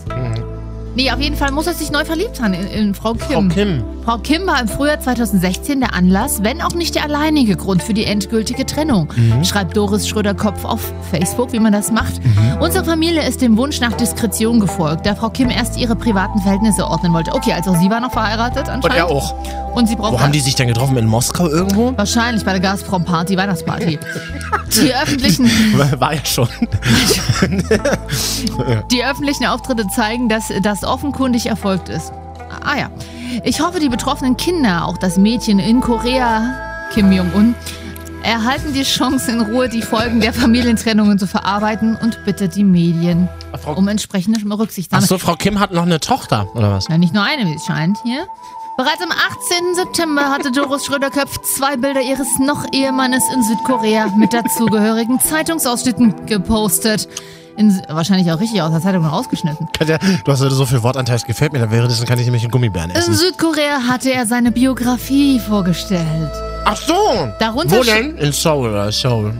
S1: Nee, auf jeden Fall muss er sich neu verliebt haben in, in Frau Kim.
S2: Mhm. Frau Kim.
S1: Frau Kim war im Frühjahr 2016 der Anlass, wenn auch nicht der alleinige Grund für die endgültige Trennung,
S2: Mhm.
S1: schreibt Doris Schröder-Kopf auf Facebook, wie man das macht.
S2: Mhm.
S1: Unsere Familie ist dem Wunsch nach Diskretion gefolgt, da Frau Kim erst ihre privaten Verhältnisse ordnen wollte. Okay, also sie war noch verheiratet anscheinend.
S2: Und er auch.
S1: Und sie braucht
S2: Wo haben die sich denn getroffen? In Moskau irgendwo?
S1: wahrscheinlich bei der Gazprom-Party, Weihnachtsparty. die öffentlichen
S2: War ja schon.
S1: Die öffentlichen Auftritte zeigen, dass das offenkundig erfolgt ist. Ah ja. Ich hoffe, die betroffenen Kinder, auch das Mädchen in Korea, Kim Jong-un, erhalten die Chance, in Ruhe die Folgen der Familientrennungen zu verarbeiten und bitte die Medien
S2: Frau-
S1: um entsprechende Rücksichtnahme.
S2: Achso, Frau Kim hat noch eine Tochter, oder was?
S1: Na, nicht nur eine, wie es scheint, hier. Bereits am 18. September hatte Doris Schröder-Köpf zwei Bilder ihres noch Ehemannes in Südkorea mit dazugehörigen Zeitungsausschnitten gepostet. In, wahrscheinlich auch richtig aus der Zeitung rausgeschnitten.
S2: Katja, du hast heute so viel Wortanteil, das gefällt mir. Dann wäre das, dann kann ich nämlich einen Gummibären
S1: In
S2: essen.
S1: Südkorea hatte er seine Biografie vorgestellt.
S2: Ach so.
S1: Darunter
S2: Wo denn? In Seoul, oder Seoul.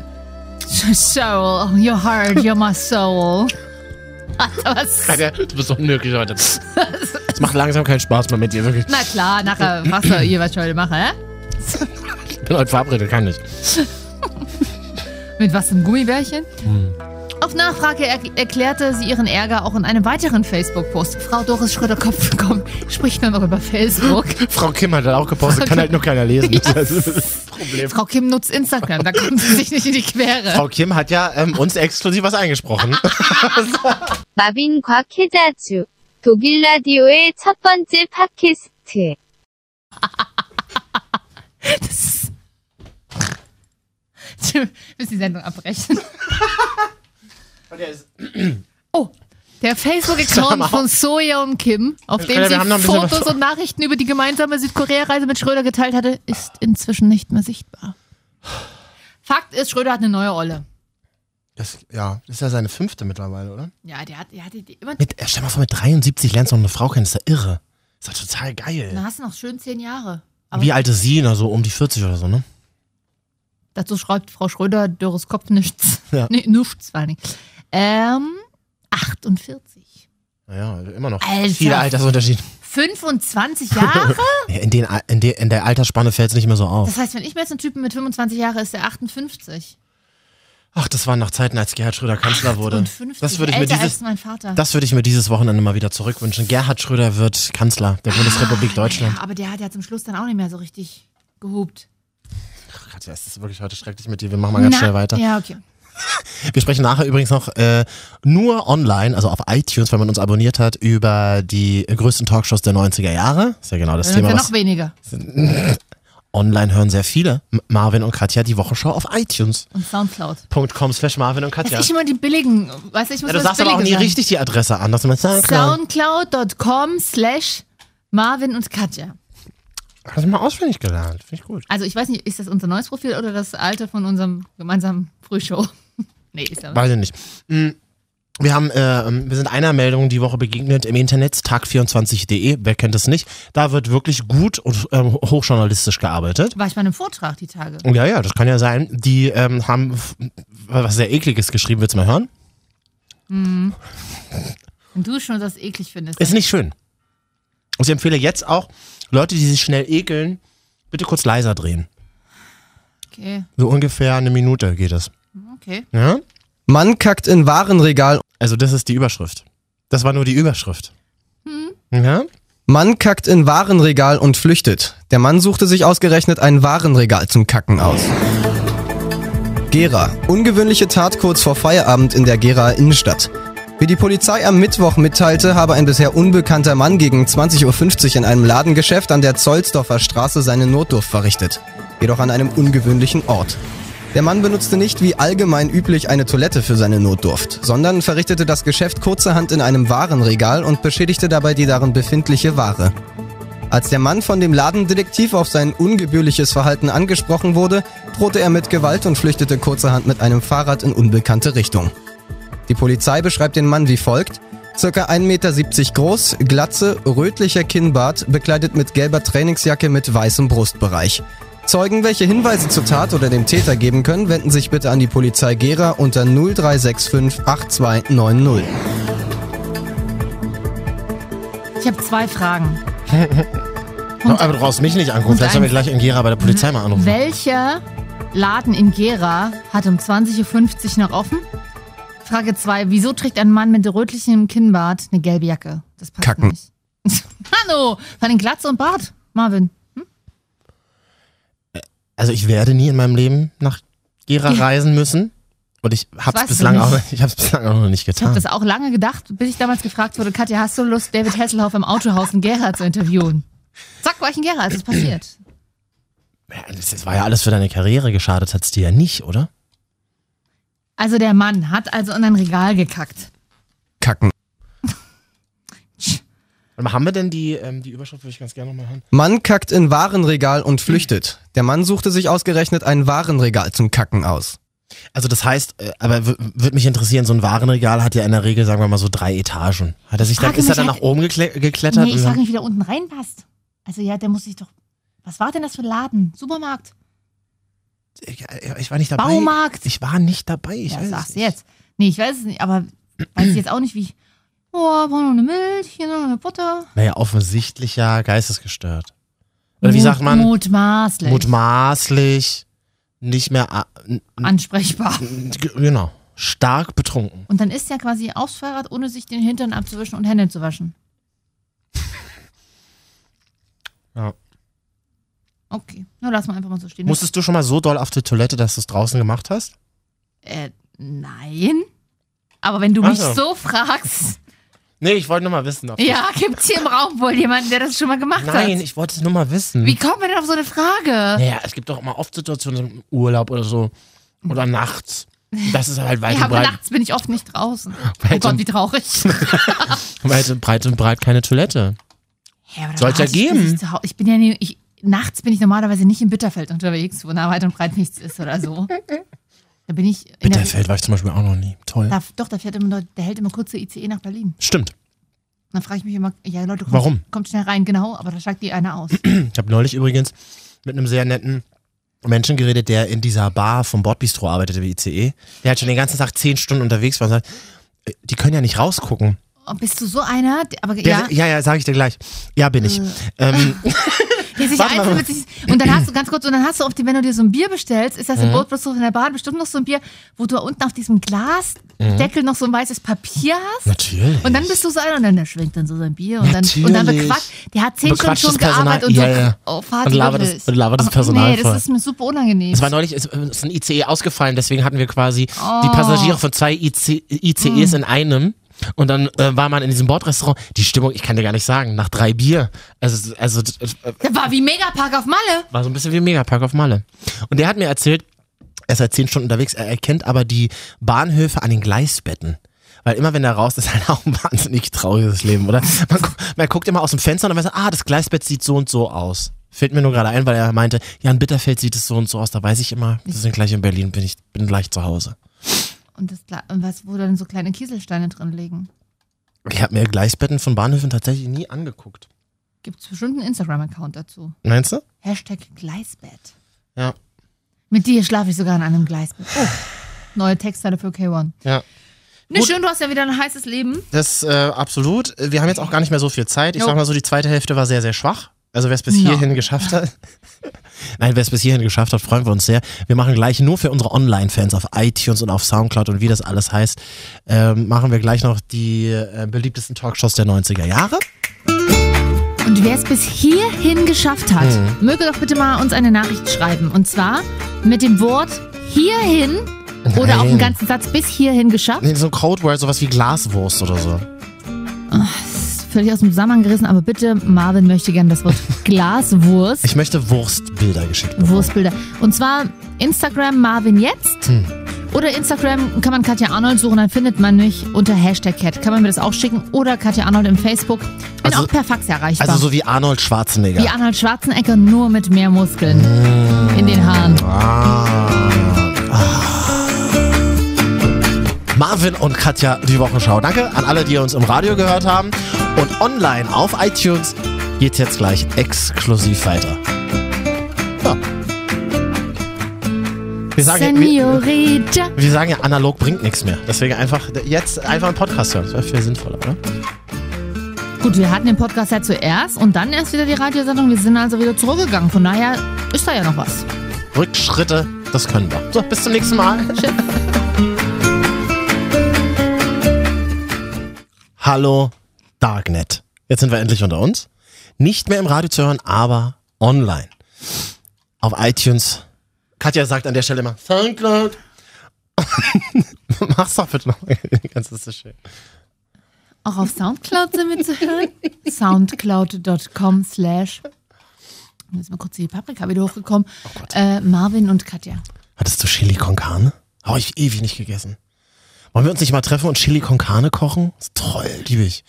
S1: Soul, your heart, you're my soul. Alter, was?
S2: Katja, du bist unmöglich heute. Es macht langsam keinen Spaß mehr mit dir, wirklich.
S1: Na klar, nachher, was soll ihr was heute machen, hä?
S2: Ich bin heute verabredet, kann nicht.
S1: Mit was im Gummibärchen?
S2: Hm.
S1: Auf Nachfrage er erklärte sie ihren Ärger auch in einem weiteren Facebook-Post. Frau Doris Schröder-Kopf komm, spricht nur noch über Facebook.
S2: Frau Kim hat das auch gepostet, kann halt nur keiner lesen. Das ist das Problem.
S1: Frau Kim nutzt Instagram, da kommt sie sich nicht in die Quere.
S2: Frau Kim hat ja ähm, uns exklusiv was eingesprochen.
S6: 마빈 곽혜자주 독일 라디오의 첫 번째 팟캐스트
S1: Wir müssen die Sendung abbrechen. Oh, der Facebook-Account von Soyeon Kim, auf dem
S2: Ja, wir
S1: sie
S2: haben noch ein bisschen was
S1: Fotos
S2: vor.
S1: und Nachrichten über die gemeinsame Südkorea-Reise mit Schröder geteilt hatte, ist inzwischen nicht mehr sichtbar. Fakt ist, Schröder hat eine neue Olle.
S2: Das, ja, das ist ja seine fünfte mittlerweile, oder?
S1: Ja, der hat, der hat die, die immer.
S2: Mit, äh, stell mal vor, mit 73 lernst du noch eine Frau kennen, ist ja irre. Ist doch total geil.
S1: Na, hast du noch schön zehn Jahre. Aber
S2: Wie alt ist sie? Na, so um die 40 oder so, ne?
S1: dazu schreibt Frau Schröder Dürres Kopf nichts.
S2: Ja.
S1: Nee, nichts vor allen Dingen. Ähm, 48.
S2: Naja, immer noch.
S1: Alter.
S2: Viele Altersunterschied.
S1: 25 Jahre?
S2: Ja, In, den, Al- in, de, in der Altersspanne fällt es nicht mehr so auf.
S1: Das heißt, wenn ich mir jetzt einen Typen mit 25 Jahre ist der 58.
S2: Ach, das waren noch Zeiten, als Gerhard Schröder Kanzler wurde.
S1: 58,
S2: Das würde ich mir
S1: älter als
S2: dieses,
S1: mein Vater.
S2: das würde ich mir dieses Wochenende mal wieder zurückwünschen. Gerhard Schröder wird Kanzler der Bundesrepublik Deutschland.
S1: Ah, Ja, aber der hat ja zum Schluss dann auch nicht mehr so richtig gehupt.
S2: Ach Gott, ja, es ist wirklich heute schrecklich mit dir. Wir machen mal ganz
S1: Na,
S2: schnell weiter.
S1: Ja, okay.
S2: Wir sprechen nachher übrigens noch äh, nur online, also auf iTunes, wenn man uns abonniert hat, über die größten Talkshows der 90er Jahre. Ist ja genau das
S1: Das
S2: Thema,
S1: Thema
S2: was
S1: Äh, noch weniger.
S2: online hören sehr viele. M Marvin und Katja, die Wochenschau auf iTunes.com
S1: Und Soundcloud.
S2: slash Marvin und
S1: Dass
S2: Katja.
S1: ich immer die billigen, weißt du, ich muss
S2: Ja,
S1: ja,
S2: du
S1: das
S2: sagst aber auch
S1: Billige
S2: nie
S1: sagen.
S2: richtig die Adresse an, dass man sagt,
S1: Soundcloud.com slash Marvin und Katja.
S2: hast du mal auswendig gelernt. Finde ich gut.
S1: Also ich weiß nicht, ist das unser neues Profil oder das alte von unserem gemeinsamen Frühshow? nee, ist aber.
S2: Weiß ich nicht. Hm, Wir haben, äh, ähm, wir sind einer Meldung die Woche begegnet im Internet, tag24.de, wer kennt es nicht. Da wird wirklich gut und ähm, hochjournalistisch gearbeitet.
S1: War ich bei einem Vortrag die Tage.
S2: Ja, ja, das kann ja sein. Die ähm, haben f- was sehr ekliges geschrieben, willst du mal hören?
S1: Und du schon das eklig findest.
S2: Ist nicht schön. Und ich empfehle jetzt auch, Leute, die sich schnell ekeln, bitte kurz leiser drehen.
S1: Okay,
S2: So ungefähr eine Minute geht es.
S1: okay.
S2: Ja?
S9: Mann kackt in Warenregal.
S2: Also das ist die Überschrift. Das war nur die Überschrift.
S1: Hm.
S2: Ja?
S9: Mann kackt in Warenregal und flüchtet. Der Mann suchte sich ausgerechnet ein Warenregal zum Kacken aus. Gera. Ungewöhnliche Tat kurz vor Feierabend in der Geraer Innenstadt. Wie die Polizei am Mittwoch mitteilte, habe ein bisher unbekannter Mann gegen 20.50 Uhr in einem Ladengeschäft an der Zollsdorfer Straße seine Notdurft verrichtet. Jedoch an einem ungewöhnlichen Ort. Der Mann benutzte nicht wie allgemein üblich eine Toilette für seine Notdurft, sondern verrichtete das Geschäft kurzerhand in einem Warenregal und beschädigte dabei die darin befindliche Ware. Als der Mann von dem Ladendetektiv auf sein ungebührliches Verhalten angesprochen wurde, drohte er mit Gewalt und flüchtete kurzerhand mit einem Fahrrad in unbekannte Richtung. Die Polizei beschreibt den Mann wie folgt. Circa 1,70 Meter groß, glatze, rötlicher Kinnbart, bekleidet mit gelber Trainingsjacke mit weißem Brustbereich. Zeugen, welche Hinweise zur Tat oder dem Täter geben können, wenden sich bitte an die Polizei Gera unter 0365 8290.
S1: Ich habe zwei Fragen.
S2: No, aber du brauchst mich nicht
S1: Und
S2: angucken.
S1: Hm?
S2: Vielleicht sollen wir
S1: ein-
S2: gleich in Gera bei der Polizei mal anrufen.
S1: Welcher Laden in Gera hat um 20.50 Uhr noch offen? Frage 2. Wieso trägt ein Mann mit rötlichem Kinnbart eine gelbe Jacke? Das passt
S9: Kacken.
S1: nicht. Hanno, von den Glatze und Bart, Marvin.
S2: Also ich werde nie in meinem Leben nach Gera reisen müssen. Und ich hab's
S1: weißt du
S2: bislang auch,
S1: nicht.
S2: ich hab's bislang auch noch nicht
S1: Ich habe
S2: getan.
S1: das auch lange gedacht, bis ich damals gefragt wurde, Katja, hast du Lust, David Hasselhoff im Autohaus in Gera zu interviewen? Zack, war ich in Gera, es ist passiert.
S2: Ja, Das, das war ja alles für deine Karriere geschadet, hat's dir ja nicht, oder?
S1: Also der Mann hat also in ein Regal gekackt.
S9: Kacken.
S2: Und haben wir denn die, ähm, die Überschrift, würde ich ganz gerne nochmal hören?
S9: Mann kackt in Warenregal und flüchtet. Der Mann suchte sich ausgerechnet ein Warenregal zum Kacken aus.
S2: Also das heißt, äh, aber würde mich interessieren, so ein Warenregal hat ja in der Regel, sagen wir mal, so drei Etagen. Hat er sich dann,
S1: Frage
S2: ist er
S1: mich
S2: dann nach
S1: halt-
S2: oben gekle geklettert?
S1: Nee, ich
S2: und
S1: frage
S2: dann,
S1: mich, wie der unten reinpasst. Also ja, der muss sich doch... Was war denn das für ein Laden? Supermarkt?
S2: ich, ich war nicht dabei.
S1: Baumarkt.
S2: Ich war nicht dabei. Ich
S1: ja,
S2: weiß
S1: sag's
S2: es nicht.
S1: jetzt. Nee, ich weiß es nicht, aber weiß ich jetzt auch nicht, wie ich. Oh, brauche noch eine Milch, hier noch eine Butter.
S2: Naja, offensichtlich ja geistesgestört. Oder wie sagt man?
S1: Mutmaßlich.
S2: Mutmaßlich nicht mehr a-
S1: ansprechbar.
S2: G- Genau. Stark betrunken.
S1: Und dann ist er quasi aufs Fahrrad, ohne sich den Hintern abzuwischen und Hände zu waschen.
S2: Ja.
S1: Okay, na lass mal einfach mal so stehen.
S2: Musstest du schon mal so doll auf die Toilette, dass du es draußen gemacht hast?
S1: Äh, nein. Aber wenn du mich
S2: Ach so.
S1: so fragst,
S2: Nee, ich wollte nur mal wissen. Ob
S1: ja, gibt's hier im Raum wohl jemanden, der das schon mal gemacht
S2: Nein,
S1: hat?
S2: ich wollte es nur mal wissen.
S1: Wie kommen wir denn auf so eine Frage?
S2: Naja, es gibt doch immer oft Situationen im Urlaub oder so. Oder nachts. Das ist halt weit,
S1: Ja,
S2: und,
S1: aber
S2: breit,
S1: nachts bin ich oft nicht draußen. Oh
S2: Weit
S1: Gott,
S2: und-
S1: wie traurig.
S2: weit und breit und breit keine Toilette.
S1: Ja, aber da
S2: Soll's ja
S1: warte ich, bis
S2: geben.
S1: Ich, zu Hau- ich bin ja nie, ich, nachts bin ich normalerweise nicht in Bitterfeld unterwegs, wo nah weit und breit nichts ist oder so. Da bin ich in der,
S2: Bitterfeld war ich zum Beispiel auch noch nie. Toll.
S1: da, doch, da fährt immer, der hält immer kurze ICE E nach Berlin.
S2: Stimmt.
S1: Und Dann frage ich mich immer, ja Leute, kommt,
S2: Warum?
S1: kommt schnell rein, genau, aber da steigt die eine aus.
S2: Ich habe neulich übrigens mit einem sehr netten Menschen geredet, der in dieser Bar vom Bordbistro arbeitete, wie ICE. Der halt schon den ganzen Tag zehn Stunden unterwegs war und sagt, äh, die können ja nicht rausgucken.
S1: Oh, bist du so einer, der, aber
S2: Der,
S1: ja, Äh.
S2: ja, ja, sage ich dir gleich. Ja, bin ich. ähm,
S1: der sich
S2: warte mal. Mhm.
S1: einzeln mit sich, und dann hast du ganz kurz, und dann hast du oft, die- wenn du dir so ein Bier bestellst, ist das im Bootbus in der Bahn bestimmt noch so ein Bier, wo du unten auf diesem
S2: Mhm.
S1: Glasdeckel noch so ein weißes Papier hast.
S2: natürlich.
S1: Und dann bist du so einer und dann der schwenkt dann so sein Bier und dann, und dann
S2: Natürlich.
S1: bequatscht. Der hat zehn Stunden
S2: Bequatscht
S1: schon
S2: das Personal.
S1: gearbeitet und so.
S2: Ja, ja.
S1: Oh, Fahrt
S2: Und labert das-
S1: übelst.
S2: und labert das
S1: Oh,
S2: Personal
S1: Nee,
S2: voll.
S1: das ist mir super unangenehm.
S2: Es war neulich, es ist ein ICE ausgefallen, deswegen hatten wir quasi die Passagiere von zwei E, IC, ICEs in einem. Und dann äh, war man in diesem Bordrestaurant. Die Stimmung, ich kann dir gar nicht sagen, nach drei Bier. Also, also das, äh,
S1: Das war wie Megapark auf Malle.
S2: war so ein bisschen wie Megapark auf Malle. Und der hat mir erzählt, er ist seit zehn Stunden unterwegs, er erkennt aber die Bahnhöfe an den Gleisbetten. Weil immer wenn er raus ist, halt auch ein wahnsinnig trauriges Leben, oder? Man, gu man guckt immer aus dem Fenster und dann weiß, er, ah, das Gleisbett sieht so und so aus. Fällt mir nur gerade ein, weil er meinte, ja, in Bitterfeld sieht es so und so aus. Da weiß ich immer, wir sind gleich in Berlin, bin ich bin gleich zu Hause.
S1: Und, das, Gla- und was, wo dann so kleine Kieselsteine drin liegen.
S2: Ich habe mir Gleisbetten von Bahnhöfen tatsächlich nie angeguckt.
S1: Gibt es bestimmt einen Instagram-Account dazu.
S2: Meinst du?
S1: Hashtag Gleisbett.
S2: Ja.
S1: Mit dir schlafe ich sogar in einem Gleisbett. Oh, neue Textzeile für K1.
S2: Ja.
S1: Ne,
S2: Gut.
S1: schön, du hast ja wieder ein heißes Leben.
S2: Das äh, absolut. Wir haben jetzt auch gar nicht mehr so viel Zeit. Ich sag mal so, die zweite Hälfte war sehr, sehr schwach. Also wer es bis
S1: Ja.
S2: hierhin geschafft hat. Nein, wer es bis hierhin geschafft hat, freuen wir uns sehr. Wir machen gleich nur für unsere Online-Fans auf iTunes und auf Soundcloud und wie das alles heißt, ähm, machen wir gleich noch die äh, beliebtesten Talkshows der 90er Jahre.
S1: Und wer es bis hierhin geschafft hat,
S2: Mhm.
S1: möge doch bitte mal uns eine Nachricht schreiben. Und zwar mit dem Wort hierhin oder auch
S2: Nein.
S1: einen ganzen Satz bis hierhin geschafft.
S2: Nee, so ein Codeword, sowas wie Glaswurst oder so.
S1: Ist völlig aus dem Zusammenhang gerissen, aber bitte, Marvin möchte gerne das Wort Glaswurst.
S2: Ich möchte Wurstbilder geschickt bekommen.
S1: Wurstbilder. Und zwar Instagram Marvin jetzt.
S2: Hm.
S1: Oder Instagram kann man Katja Arnold suchen, dann findet man mich unter Hashtag Cat. Kann man mir das auch schicken. Oder Katja Arnold im Facebook. Bin
S2: Also-
S1: auch per Fax erreichbar.
S2: Also so wie Arnold Schwarzenegger.
S1: Wie Arnold Schwarzenegger, nur mit mehr Muskeln
S2: Hm.
S1: in den Haaren.
S2: Ah. Marvin und Katja, die Wochenschau. Danke an alle, die uns im Radio gehört haben. Und online auf iTunes geht's jetzt gleich exklusiv weiter. Ja. Wir sagen, ja, wir,
S1: Senorita.
S2: wir sagen ja, analog bringt nichts mehr. Deswegen einfach jetzt einfach einen Podcast hören. Das wäre viel sinnvoller, oder?
S1: Gut, wir hatten den Podcast ja zuerst und dann erst wieder die Radiosendung. Wir sind also wieder zurückgegangen. Von daher ist da ja noch was.
S2: Rückschritte, das können wir. So, bis zum nächsten Mal. Tschüss. Hallo Darknet. Jetzt sind wir endlich unter uns. Nicht mehr im Radio zu hören, aber online. Auf iTunes. Katja sagt an der Stelle immer Soundcloud. Mach's doch bitte noch. Ganz ist so schön.
S1: Auch auf Soundcloud sind wir zu hören. Soundcloud.com slash. Jetzt ist mal kurz die Paprika wieder hochgekommen. äh, Marvin und Katja.
S2: Hattest du Chili con Carne? Habe ich ewig nicht gegessen. Wollen wir uns nicht mal treffen und Chili con Carne kochen? Toll, liebe ich.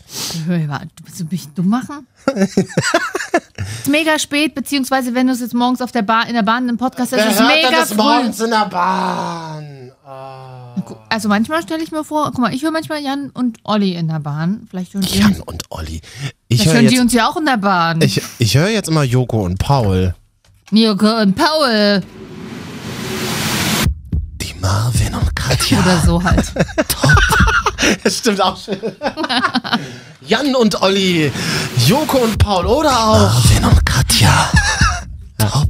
S1: Hör mal, Du willst du mich dumm machen? ist mega spät, beziehungsweise wenn du es jetzt morgens auf der Bahn, in der Bahn im Podcast hörst, ist es mega früh.
S2: in der Bahn? Oh.
S1: Also manchmal stelle ich mir vor, guck mal, ich höre manchmal Jan und Olli in der Bahn. Vielleicht hören, die,
S2: Jan und Olli. Ich
S1: vielleicht
S2: höre
S1: hören die
S2: jetzt,
S1: uns ja auch in der Bahn.
S2: ich, ich höre jetzt immer Joko und Paul.
S1: Mirko und Paul.
S2: Die Marvin und Katja.
S1: Oder so halt.
S2: Das stimmt auch schön. Jan und Olli. Joko und Paul. Oder auch. Marvin und Katja. Top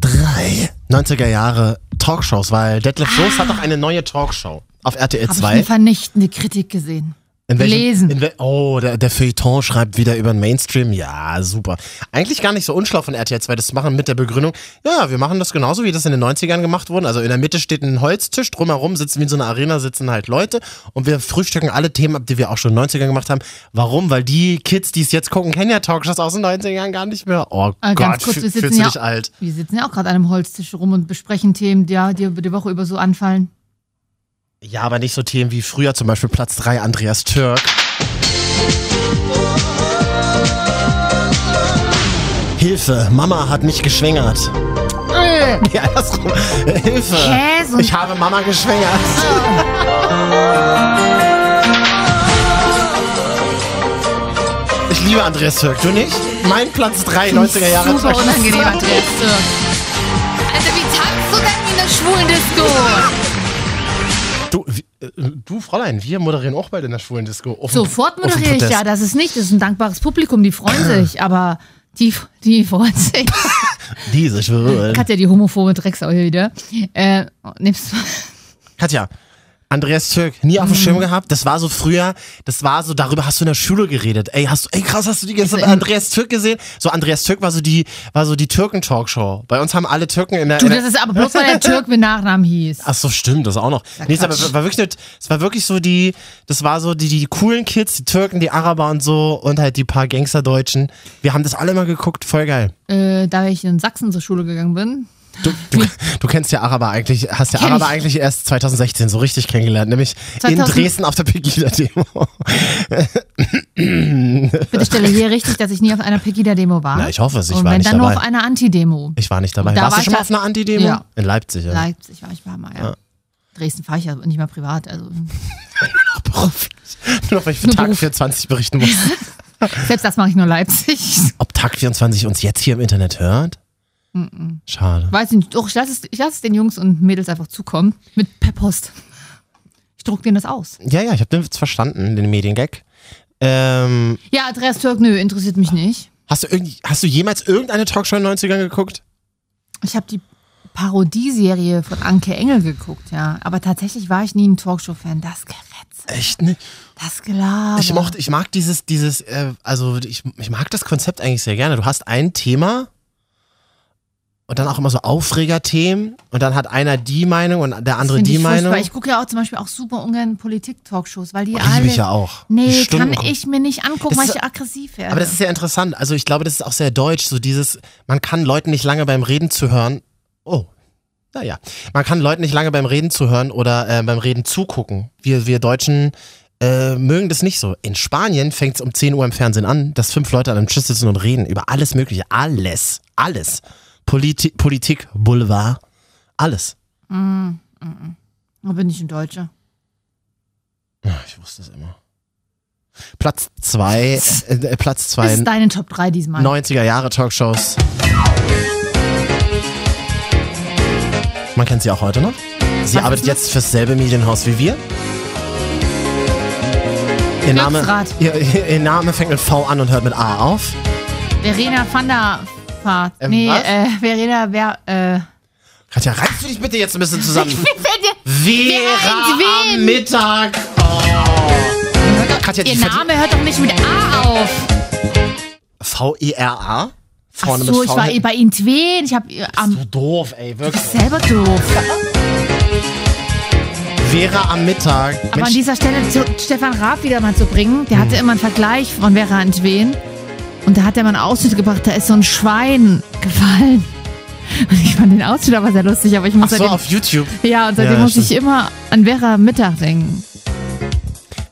S2: 3. 90er Jahre Top Talkshows, weil Detlef Soest hat doch eine neue Talkshow auf RTL
S1: Habe Ah. ich eine
S2: 2.
S1: vernichtende Kritik gesehen.
S2: In welchem-
S1: Lesen.
S2: In wel oh, der, der Feuilleton schreibt wieder über den Mainstream. Ja, super. Eigentlich gar nicht so unschlau von RTL 2 das zu machen mit der Begründung, ja, wir machen das genauso, wie das in den 90ern gemacht wurde. Also in der Mitte steht ein Holztisch, drumherum sitzen wie in so einer Arena sitzen halt Leute und wir frühstücken alle Themen ab, die wir auch schon in den 90ern gemacht haben. Warum? Weil die Kids, die es jetzt gucken, kennen ja Talkshows aus den 90ern gar nicht mehr. Oh
S1: Äh,
S2: Gott,
S1: ganz kurz,
S2: fühl-
S1: wir sitzen
S2: fühlst du
S1: ja,
S2: dich alt.
S1: wir sitzen ja auch gerade an einem Holztisch rum und besprechen Themen, die, die über die Woche über so anfallen.
S2: Ja, aber nicht so Themen wie früher, zum Beispiel Platz 3 Andreas Türk. Hilfe, Mama hat mich geschwängert.
S1: Äh,
S2: Ja, andersrum. Hilfe.
S1: Käse und-
S2: Ich habe Mama geschwängert. Ich liebe Andreas Türk, du nicht? Mein Platz 3 90er Jahre.
S1: super
S2: Talkshow.
S1: unangenehm, Andreas Türk. Also wie tanzt du denn in der schwulen Disco?
S2: Du, wie- äh, du, Fräulein, wir moderieren auch bald in der schwulen Disco. Um Auf dem-
S1: Sofort
S2: auf dem
S1: moderiere ich
S2: Podest.
S1: ja, das ist nicht, das ist ein dankbares Publikum, die freuen sich, aber die, die freuen sich.
S2: Diese schwulen.
S1: Katja, die homophobe Drecksau hier wieder. Äh, nimmst du
S2: Katja, Andreas Türk, nie
S1: Mhm.
S2: auf dem Schirm gehabt. Das war so früher, das war so, darüber hast du in der Schule geredet. Ey, hast du, ey krass, hast du die gestern Andreas Türk gesehen? So, Andreas Türk war so die, war so die Türken-Talkshow. Bei uns haben alle Türken in der.
S1: Du,
S2: in
S1: das
S2: der
S1: ist aber bloß, weil der Türk mit Nachnamen hieß.
S2: Ach so, stimmt, das auch noch. Nee, es war, war wirklich nicht, es war wirklich so die, das war so die, die coolen Kids, die Türken, die Araber und so und halt die paar Gangsterdeutschen. Wir haben das alle mal geguckt, voll geil.
S1: Äh, da ich in Sachsen zur Schule gegangen bin,
S2: Du, du, du kennst ja Araber eigentlich, hast ja
S1: Kenn
S2: Araber
S1: ich.
S2: eigentlich erst 2016 so richtig kennengelernt, nämlich
S1: 2000
S2: in Dresden auf der Pegida-Demo.
S1: bitte stelle hier richtig, dass ich nie auf einer Pegida-Demo war.
S2: Na, ich hoffe es, ich
S1: Und
S2: war
S1: wenn
S2: nicht
S1: dann nur
S2: dabei.
S1: auf einer Anti-Demo.
S2: Ich war nicht dabei.
S1: Da
S2: Warst
S1: war
S2: du
S1: ich
S2: schon mal
S1: da-
S2: auf einer Anti-Demo?
S1: Ja.
S2: In Leipzig, ja.
S1: Leipzig war ich war mal, ja. Dresden fahre ich ja nicht mehr privat. Also.
S2: Nur weil ich für
S1: Nur
S2: Tag
S1: Beruf.
S2: 24 berichten muss.
S1: Selbst das mache ich nur Leipzig.
S2: Ob Tag 24 uns jetzt hier im Internet hört? Schade.
S1: Weiß nicht, doch, ich lasse es, ich lasse es den Jungs und Mädels einfach zukommen. Mit per Post. Ich druck denen das aus.
S2: Ja, ja, ich habe den Witz verstanden, den Mediengag. Ähm,
S1: Ja, Andreas Türk, nö, interessiert mich nicht.
S2: hast, du irgend, hast du jemals irgendeine Talkshow in den 90ern geguckt?
S1: Ich habe die Parodieserie von Anke Engel geguckt, ja. Aber tatsächlich war ich nie ein Talkshow-Fan. Das Gerätze,
S2: Echt nicht.
S1: das Gelaber.
S2: Ich, mochte, ich mag dieses, dieses äh, also ich, ich mag das Konzept eigentlich sehr gerne. Du hast ein Thema und dann auch immer so Aufregerthemen und dann hat einer die Meinung und der andere
S1: Find
S2: die
S1: ich furchtbar.
S2: Meinung.
S1: Ich gucke ja auch zum Beispiel auch super ungern Politik-Talkshows, weil die alle.
S2: Liebe Oh, ich ja auch. Die
S1: Nee,
S2: Stunden
S1: kann
S2: gucken.
S1: ich mir nicht angucken,
S2: Das
S1: weil
S2: ist-
S1: ich aggressiv werde.
S2: Aber das ist ja interessant. Also ich glaube, das ist auch sehr deutsch. So dieses, man kann Leuten nicht lange beim Reden zuhören. Oh, naja. Man kann Leuten nicht lange beim Reden zuhören oder äh, beim Reden zugucken. Wir, wir Deutschen äh, mögen das nicht so. In Spanien fängt es um 10 Uhr im Fernsehen an, dass fünf Leute an einem Tisch sitzen und reden über alles Mögliche. Alles. Alles. Politi Politik, Boulevard. Alles.
S1: da bin ich ein Deutscher.
S2: Ja, Ich wusste es immer. Platz zwei, äh, äh, Platz
S1: Das ist
S2: zwei,
S1: deine Top 3 diesmal.
S2: 90er Jahre Talkshows. Man kennt sie auch heute noch. Sie
S1: Was
S2: arbeitet
S1: ist das?
S2: jetzt fürs selbe Medienhaus wie wir. Ihr Name,
S1: Glücksrad.
S2: ihr, ihr Name fängt mit V an und hört mit A auf.
S1: Verena van der Fahrt.
S2: Ähm,
S1: nee,
S2: was?
S1: äh, Verena, wer, äh.
S2: Katja, reißt du dich bitte jetzt ein bisschen zusammen.
S1: Wer
S2: Vera
S1: reint
S2: am
S1: wen?
S2: Mittag. Oh. Katja, die
S1: Ihr
S2: verdient-
S1: Name hört doch nicht mit A auf. Ach
S2: V-E-R-A. E Vorne
S1: so,
S2: mit
S1: ich
S2: V.
S1: war eh
S2: hinten.
S1: bei Ihnen Tween. Ich habe ihr am
S2: so doof, ey, wirklich.
S1: selber doof.
S2: Vera am Mittag.
S1: Aber an
S2: Mensch, Hm.
S1: dieser Stelle zu Stefan Raab wieder mal zu bringen, der hatte immer einen Vergleich von Vera und Tween. Und da hat er mal einen Ausschnitt gebracht, da ist so ein Schwein gefallen. Und ich fand den Ausschnitt aber sehr lustig, aber ich muss
S2: ach so,
S1: seitdem,
S2: auf YouTube.
S1: ja, und seitdem
S2: Ja,
S1: muss ich immer an Vera Mittag denken.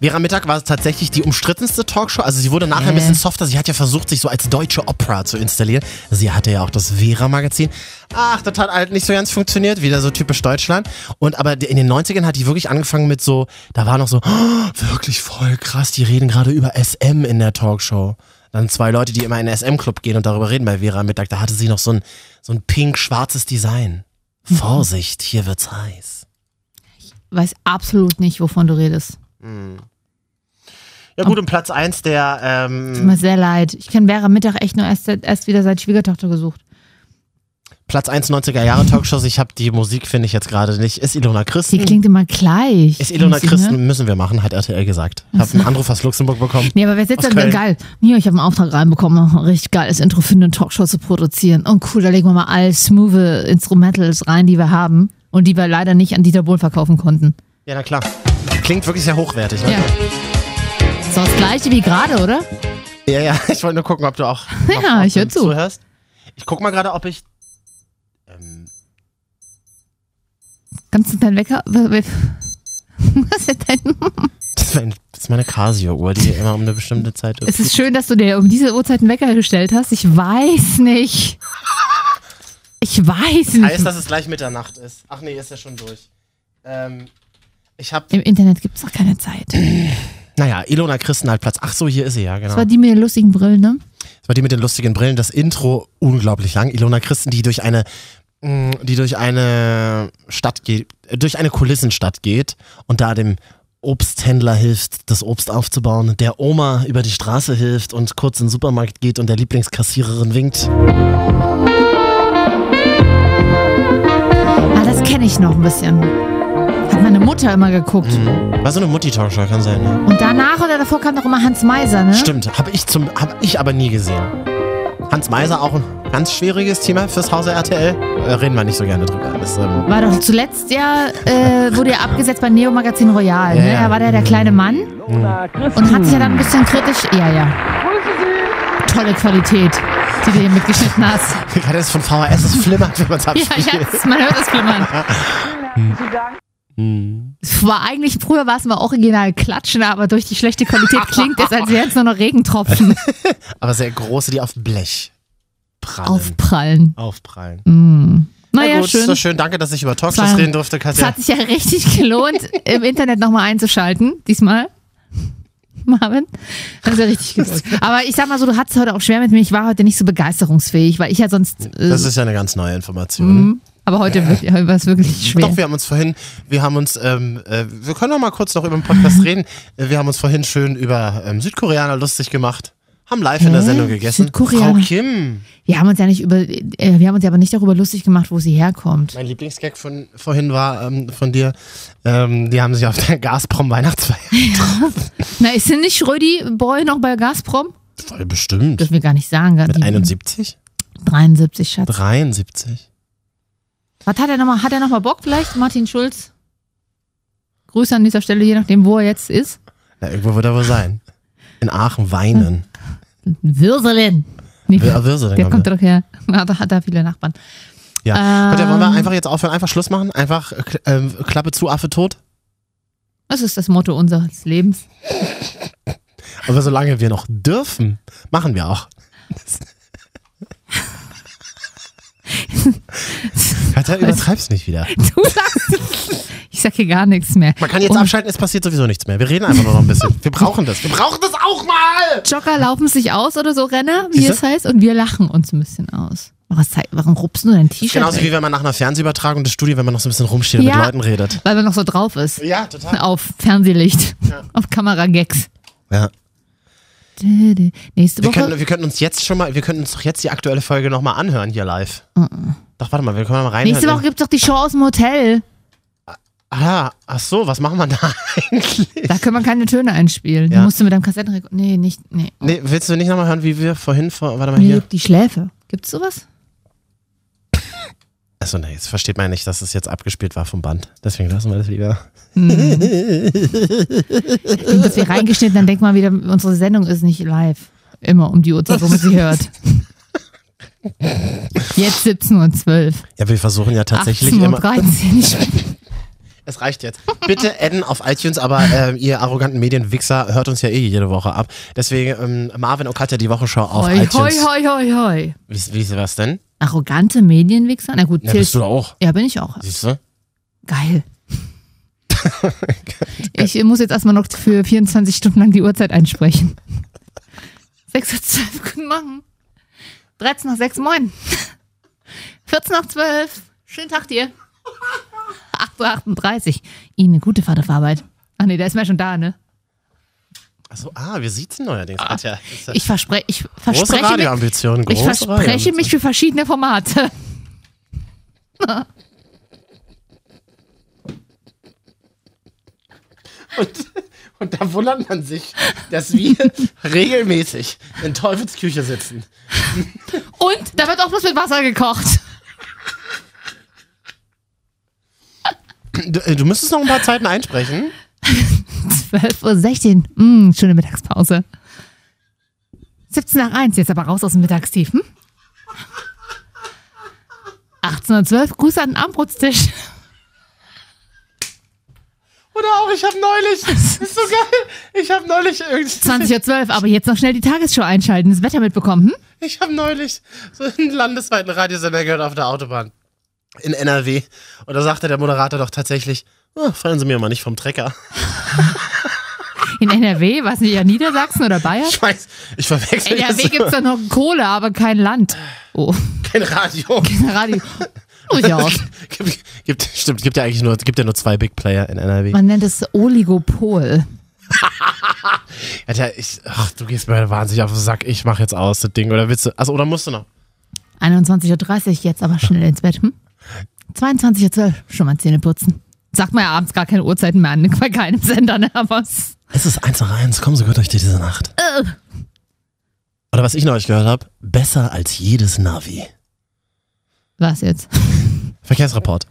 S2: Vera Mittag war tatsächlich die umstrittenste Talkshow. Also sie wurde nachher ein
S1: Äh.
S2: bisschen softer. Sie hat ja versucht, sich so als deutsche Opera zu installieren. Sie hatte ja auch das Vera-Magazin. Ach, das hat halt nicht so ganz funktioniert. Wieder so typisch Deutschland. Und aber in den 90ern hat die wirklich angefangen mit so, da war noch so, oh, wirklich voll krass, die reden gerade über SM in der Talkshow. Dann zwei Leute, die immer in den SM-Club gehen und darüber reden bei Vera Mittag. Da hatte sie noch so ein, so ein pink-schwarzes Design. Vorsicht, hier wird's heiß.
S1: Weiß absolut nicht, wovon du redest.
S2: Ja gut, und Platz eins der... Ähm,
S1: Tut mir sehr leid. Ich kenne Vera Mittag echt nur erst, erst wieder seit Schwiegertochter gesucht.
S2: Platz 1 90er Jahre Talkshows. Ich habe die Musik, finde ich jetzt gerade nicht. Ist Ilona
S1: Die
S2: Christen?
S1: klingt immer gleich.
S2: Hm. Ist Ilona
S1: Musik,
S2: Christen,
S1: ne?
S2: müssen wir machen, hat RTL gesagt. Ich habe einen Anruf aus Luxemburg bekommen.
S1: Nee, aber wer sitzt
S2: Aus
S1: dann
S2: Köln.
S1: geil? Mio, ich habe einen Auftrag reinbekommen, richtig geiles Intro für eine Talkshow zu produzieren. Und cool, da legen wir mal all smooth Instrumentals rein, die wir haben und die wir leider nicht an Dieter Bohlen verkaufen konnten.
S2: Ja, na klar. Klingt wirklich sehr hochwertig. Ne?
S1: Ja. So das gleiche wie gerade, oder?
S2: Ja, ja, ich wollte nur gucken, ob du auch.
S1: Ja,
S2: ob
S1: ich
S2: du
S1: hör zu.
S2: Zuhörst. Ich guck mal gerade, ob ich. Ähm,
S1: Kannst du deinen Wecker. Was ist denn?
S2: das, ist mein, das ist meine Casio-Uhr, die immer um eine bestimmte Zeit.
S1: Es ist schön, dass du dir um diese Uhrzeit einen Wecker gestellt hast. Ich weiß nicht. Ich weiß
S2: heißt,
S1: nicht.
S2: dass es gleich Mitternacht ist. Ach nee, ist ja schon durch. Ähm, ich habe.
S1: Im Internet gibt es doch keine Zeit.
S2: Naja, Ilona Christen halt Platz. Ach so, hier ist sie ja, genau.
S1: Das war die mit den lustigen Brillen, ne?
S2: Das war die mit den lustigen Brillen, das Intro unglaublich lang. Ilona Christen, die durch eine, mh, die durch eine Stadt geht, äh, durch eine Kulissenstadt geht und da dem Obsthändler hilft, das Obst aufzubauen, der Oma über die Straße hilft und kurz in den Supermarkt geht und der Lieblingskassiererin winkt.
S1: Ah, das kenne ich noch ein bisschen. Hat meine Mutter immer geguckt.
S2: War so eine Mutti-Talkshow, kann sein, ne?
S1: Und danach oder davor kam doch immer Hans Meiser, ne?
S2: Stimmt, habe ich, zum, hab ich aber nie gesehen. Hans Meiser auch ein ganz schwieriges Thema fürs Hause RTL. Äh, reden wir nicht so gerne drüber. Das, ähm,
S1: War doch zuletzt ja, äh, wurde ja abgesetzt bei Neo Magazin Royal, ne?
S2: Ja, Mhm. ja.
S1: Da war der der kleine Mann und hat sich ja dann ein bisschen kritisch. Ja, ja. Tolle Qualität, die du hier mitgeschnitten hast.
S2: Gerade ist von VHS, es flimmert, wenn man es
S1: Ja,
S2: abspielt.
S1: ja, das- man hört das flimmern.
S2: Hm.
S1: Es War eigentlich, früher war es mal original klatschen, aber durch die schlechte Qualität klingt es, als wären es nur noch Regentropfen
S2: Aber sehr große, die auf Blech prallen.
S1: aufprallen.
S2: Aufprallen.
S1: Mm. Naja,
S2: gut, ist
S1: schön.
S2: doch schön. Danke, dass ich über
S1: Es
S2: Talkshows
S1: war-
S2: reden durfte,
S1: Es
S2: Katja.
S1: hat sich ja richtig gelohnt, im Internet nochmal einzuschalten, diesmal. Marvin, das ist ja richtig gelohnt. Aber ich sag mal so, du hattest heute auch schwer mit mir. Ich war heute nicht so begeisterungsfähig, weil ich ja sonst. Äh,
S2: Das ist ja eine ganz neue Information.
S1: mh, aber heute wirklich- heute war es wirklich Mm, schwer.
S2: Doch, wir haben uns vorhin, wir haben uns, ähm, äh, wir können noch mal kurz noch über den Podcast reden. Äh, Wir haben uns vorhin schön über ähm, Südkoreaner lustig gemacht, haben live in der
S1: Hä?
S2: Sendung gegessen.
S1: Südkoreaner?
S2: Frau Kim,
S1: Wir haben uns ja nicht über, äh, wir haben uns ja aber nicht darüber lustig gemacht, wo sie herkommt.
S2: mein Lieblingsgag von vorhin war ähm, von dir. Ähm, die haben sich auf der Gazprom-Weihnachtsfeier.
S1: Na, ist denn nicht Schrödi Boy noch bei Gazprom?
S2: Voll bestimmt.
S1: Dürfen wir gar nicht sagen.
S2: Mit
S1: Die-
S2: 71?
S1: 73, Schatz.
S2: 73?
S1: Was hat er nochmal? Hat er nochmal Bock vielleicht? Martin Schulz? Grüße an dieser Stelle, je nachdem, wo er jetzt ist.
S2: Na, irgendwo wird er wohl sein. In Aachen weinen.
S1: Würselen. Nee,
S2: Wer, wer ist er denn?
S1: der kommt
S2: Gabriel?
S1: doch her. Hat, hat da viele Nachbarn.
S2: Ja.
S1: Ähm.
S2: Katja, wollen wir einfach jetzt aufhören? Einfach Schluss machen? Einfach äh, Kl- ähm, Klappe zu, Affe tot?
S1: Das ist das Motto unseres Lebens.
S2: Aber solange wir noch dürfen, machen wir auch. Katja, übertreib's nicht wieder.
S1: Du sagst, ich sag hier gar nichts mehr.
S2: Man kann jetzt
S1: Und
S2: abschalten, es passiert sowieso nichts mehr. Wir reden einfach nur noch ein bisschen. Wir brauchen das. Wir brauchen das auch mal!
S1: Jogger laufen sich aus oder so, Renner, wie
S2: Siehste?
S1: es heißt, und wir lachen uns ein bisschen aus. Was, zei- warum rupsen du dein T-Shirt?
S2: Genauso wie
S1: weg?
S2: wenn man nach einer Fernsehübertragung des Studio, wenn man noch so ein bisschen rumsteht und
S1: Ja.
S2: mit Leuten redet.
S1: Weil man noch so drauf ist.
S2: Ja, total.
S1: Auf Fernsehlicht. Auf Kameragags.
S2: Ja.
S1: Dä, dä. Nächste
S2: Wir
S1: Woche.
S2: können, wir könnten uns jetzt schon mal, wir könnten uns doch jetzt die aktuelle Folge nochmal anhören hier live. Doch, warte mal, wir können mal reinhören.
S1: Nächste Woche gibt's doch die Show aus dem Hotel.
S2: Ah, ach so, was machen wir da eigentlich?
S1: Da können wir keine Töne einspielen.
S2: Ja.
S1: Du musst du mit deinem Kassettenrekord. Nee, nicht. Nee.
S2: Nee, willst du nicht nochmal hören, wie wir vorhin vor, warte mal
S1: Mir
S2: Ah, hier.
S1: juckt die Schläfe. Gibt's sowas?
S2: Achso, nee, jetzt versteht man ja nicht, dass es jetzt abgespielt war vom Band. Deswegen lassen wir das lieber.
S1: Klingt, dass wir reingeschnitten, dann denkt man wieder, unsere Sendung ist nicht live. Immer um die Uhrzeit, wo man sie hört. Jetzt 17.12 Uhr.
S2: Ja, wir versuchen ja tatsächlich
S1: 18 Uhr
S2: immer.
S1: 13 Uhr.
S2: Es reicht jetzt. Bitte adden auf iTunes, aber ähm, ihr arroganten Medienwichser hört uns ja eh jede Woche ab. Deswegen, ähm, Marvin und Katja, die Wochenschau auf
S1: Hoi,
S2: iTunes.
S1: hoi, hoi, hoi, hoi.
S2: Wie, wie ist was denn?
S1: Arrogante Medienwichser? Na gut,
S2: Ja,
S1: zählt.
S2: bist du auch.
S1: ja, bin ich auch.
S2: Siehst du?
S1: Geil. ich muss jetzt erstmal noch für 24 Stunden lang die Uhrzeit einsprechen. 6.12 Uhr, guten Morgen. 13 nach 6, moin. 14 nach 12, schönen Tag dir. 8.38 Uhr, Ihnen eine gute Fahrt auf Arbeit. Ach nee, der ist mir schon da, ne?
S2: Achso, ah, wir sitzen neuerdings, Katja. Ist ja-
S1: Ich, verspre ich
S2: Große
S1: verspreche, mir,
S2: Radioambitionen, große
S1: ich verspreche
S2: Radioambitionen.
S1: mich für verschiedene Formate.
S2: Und, und da wundert man sich, dass wir regelmäßig in Teufelsküche sitzen.
S1: Und da wird auch bloß mit Wasser gekocht.
S2: Du, äh, du müsstest noch ein paar Zeiten einsprechen.
S1: 12.16 Uhr. Mm, schöne Mittagspause. 17 nach 1, jetzt aber raus aus dem Mittagstief. Hm? 18.12 Uhr, Grüße an den Armbrutstisch.
S2: Oder auch, ich habe neulich, ist so geil, ich habe neulich irgendwie,
S1: 20.12 Uhr, aber jetzt noch schnell die Tagesschau einschalten, das Wetter mitbekommen. Hm?
S2: ich habe neulich so einen landesweiten Radiosender gehört auf der Autobahn in NRW und da sagte der Moderator doch tatsächlich, "Ah, fallen Sie mir mal nicht vom Trecker.
S1: In NRW, weiß nicht, ja Niedersachsen oder Bayern?
S2: Ich weiß, ich verwechsel
S1: NRW
S2: das.
S1: gibt es doch noch Kohle, aber kein Land. Oh,
S2: Kein Radio.
S1: Radio. Durchaus.
S2: gibt, gibt, stimmt, gibt ja eigentlich nur, gibt ja nur zwei Big Player in NRW.
S1: Man nennt es Oligopol.
S2: Alter, ich, ach, du gehst mir wahnsinnig auf den Sack. Ich mach jetzt aus, das Ding. Oder willst du, also, oder musst du noch?
S1: 21.30 Uhr, jetzt aber schnell ins Bett. Hm? 22.12 Uhr, schon mal Zähne putzen. Sagt man ja abends gar keine Uhrzeiten mehr an, bei keinem Sender, ne? Aber es-
S2: Es ist eins nach eins. Komm, so gehört euch diese Nacht. Oder was ich neulich gehört habe, besser als jedes Navi.
S1: was jetzt?
S2: Verkehrsreport.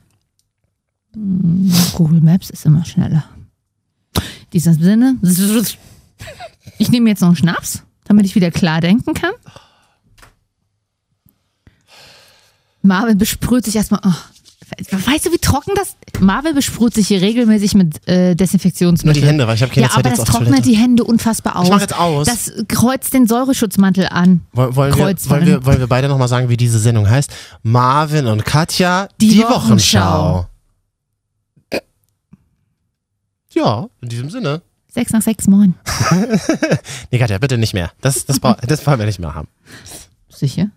S1: Google Maps ist immer schneller. In diesem Sinne, ich nehme jetzt noch einen Schnaps, damit ich wieder klar denken kann. Marvin besprüht sich erstmal. Oh, weißt du, wie trocken das? Marvin besprüht sich hier regelmäßig mit äh,
S2: Nur
S1: Desinfektionsmittel.
S2: die Hände, weil ich habe keine
S1: ja,
S2: Zeit
S1: aber
S2: jetzt
S1: das
S2: auf
S1: trocknet
S2: Toilette.
S1: die Hände unfassbar aus.
S2: mach jetzt aus.
S1: Das kreuzt den Säureschutzmantel an.
S2: Woll- Wollen wir,
S1: Kreuz
S2: wollen, wir,
S1: fallen.
S2: wollen wir beide nochmal sagen, wie diese Sendung heißt? Marvin und Katja, die,
S1: Die
S2: Wochenschau.
S1: Wochenschau.
S2: Ja, in diesem Sinne.
S1: Sechs nach sechs, moin.
S2: Nee, Katja, bitte nicht mehr. Das, das, brau- das wollen wir nicht mehr haben.
S1: Sicher?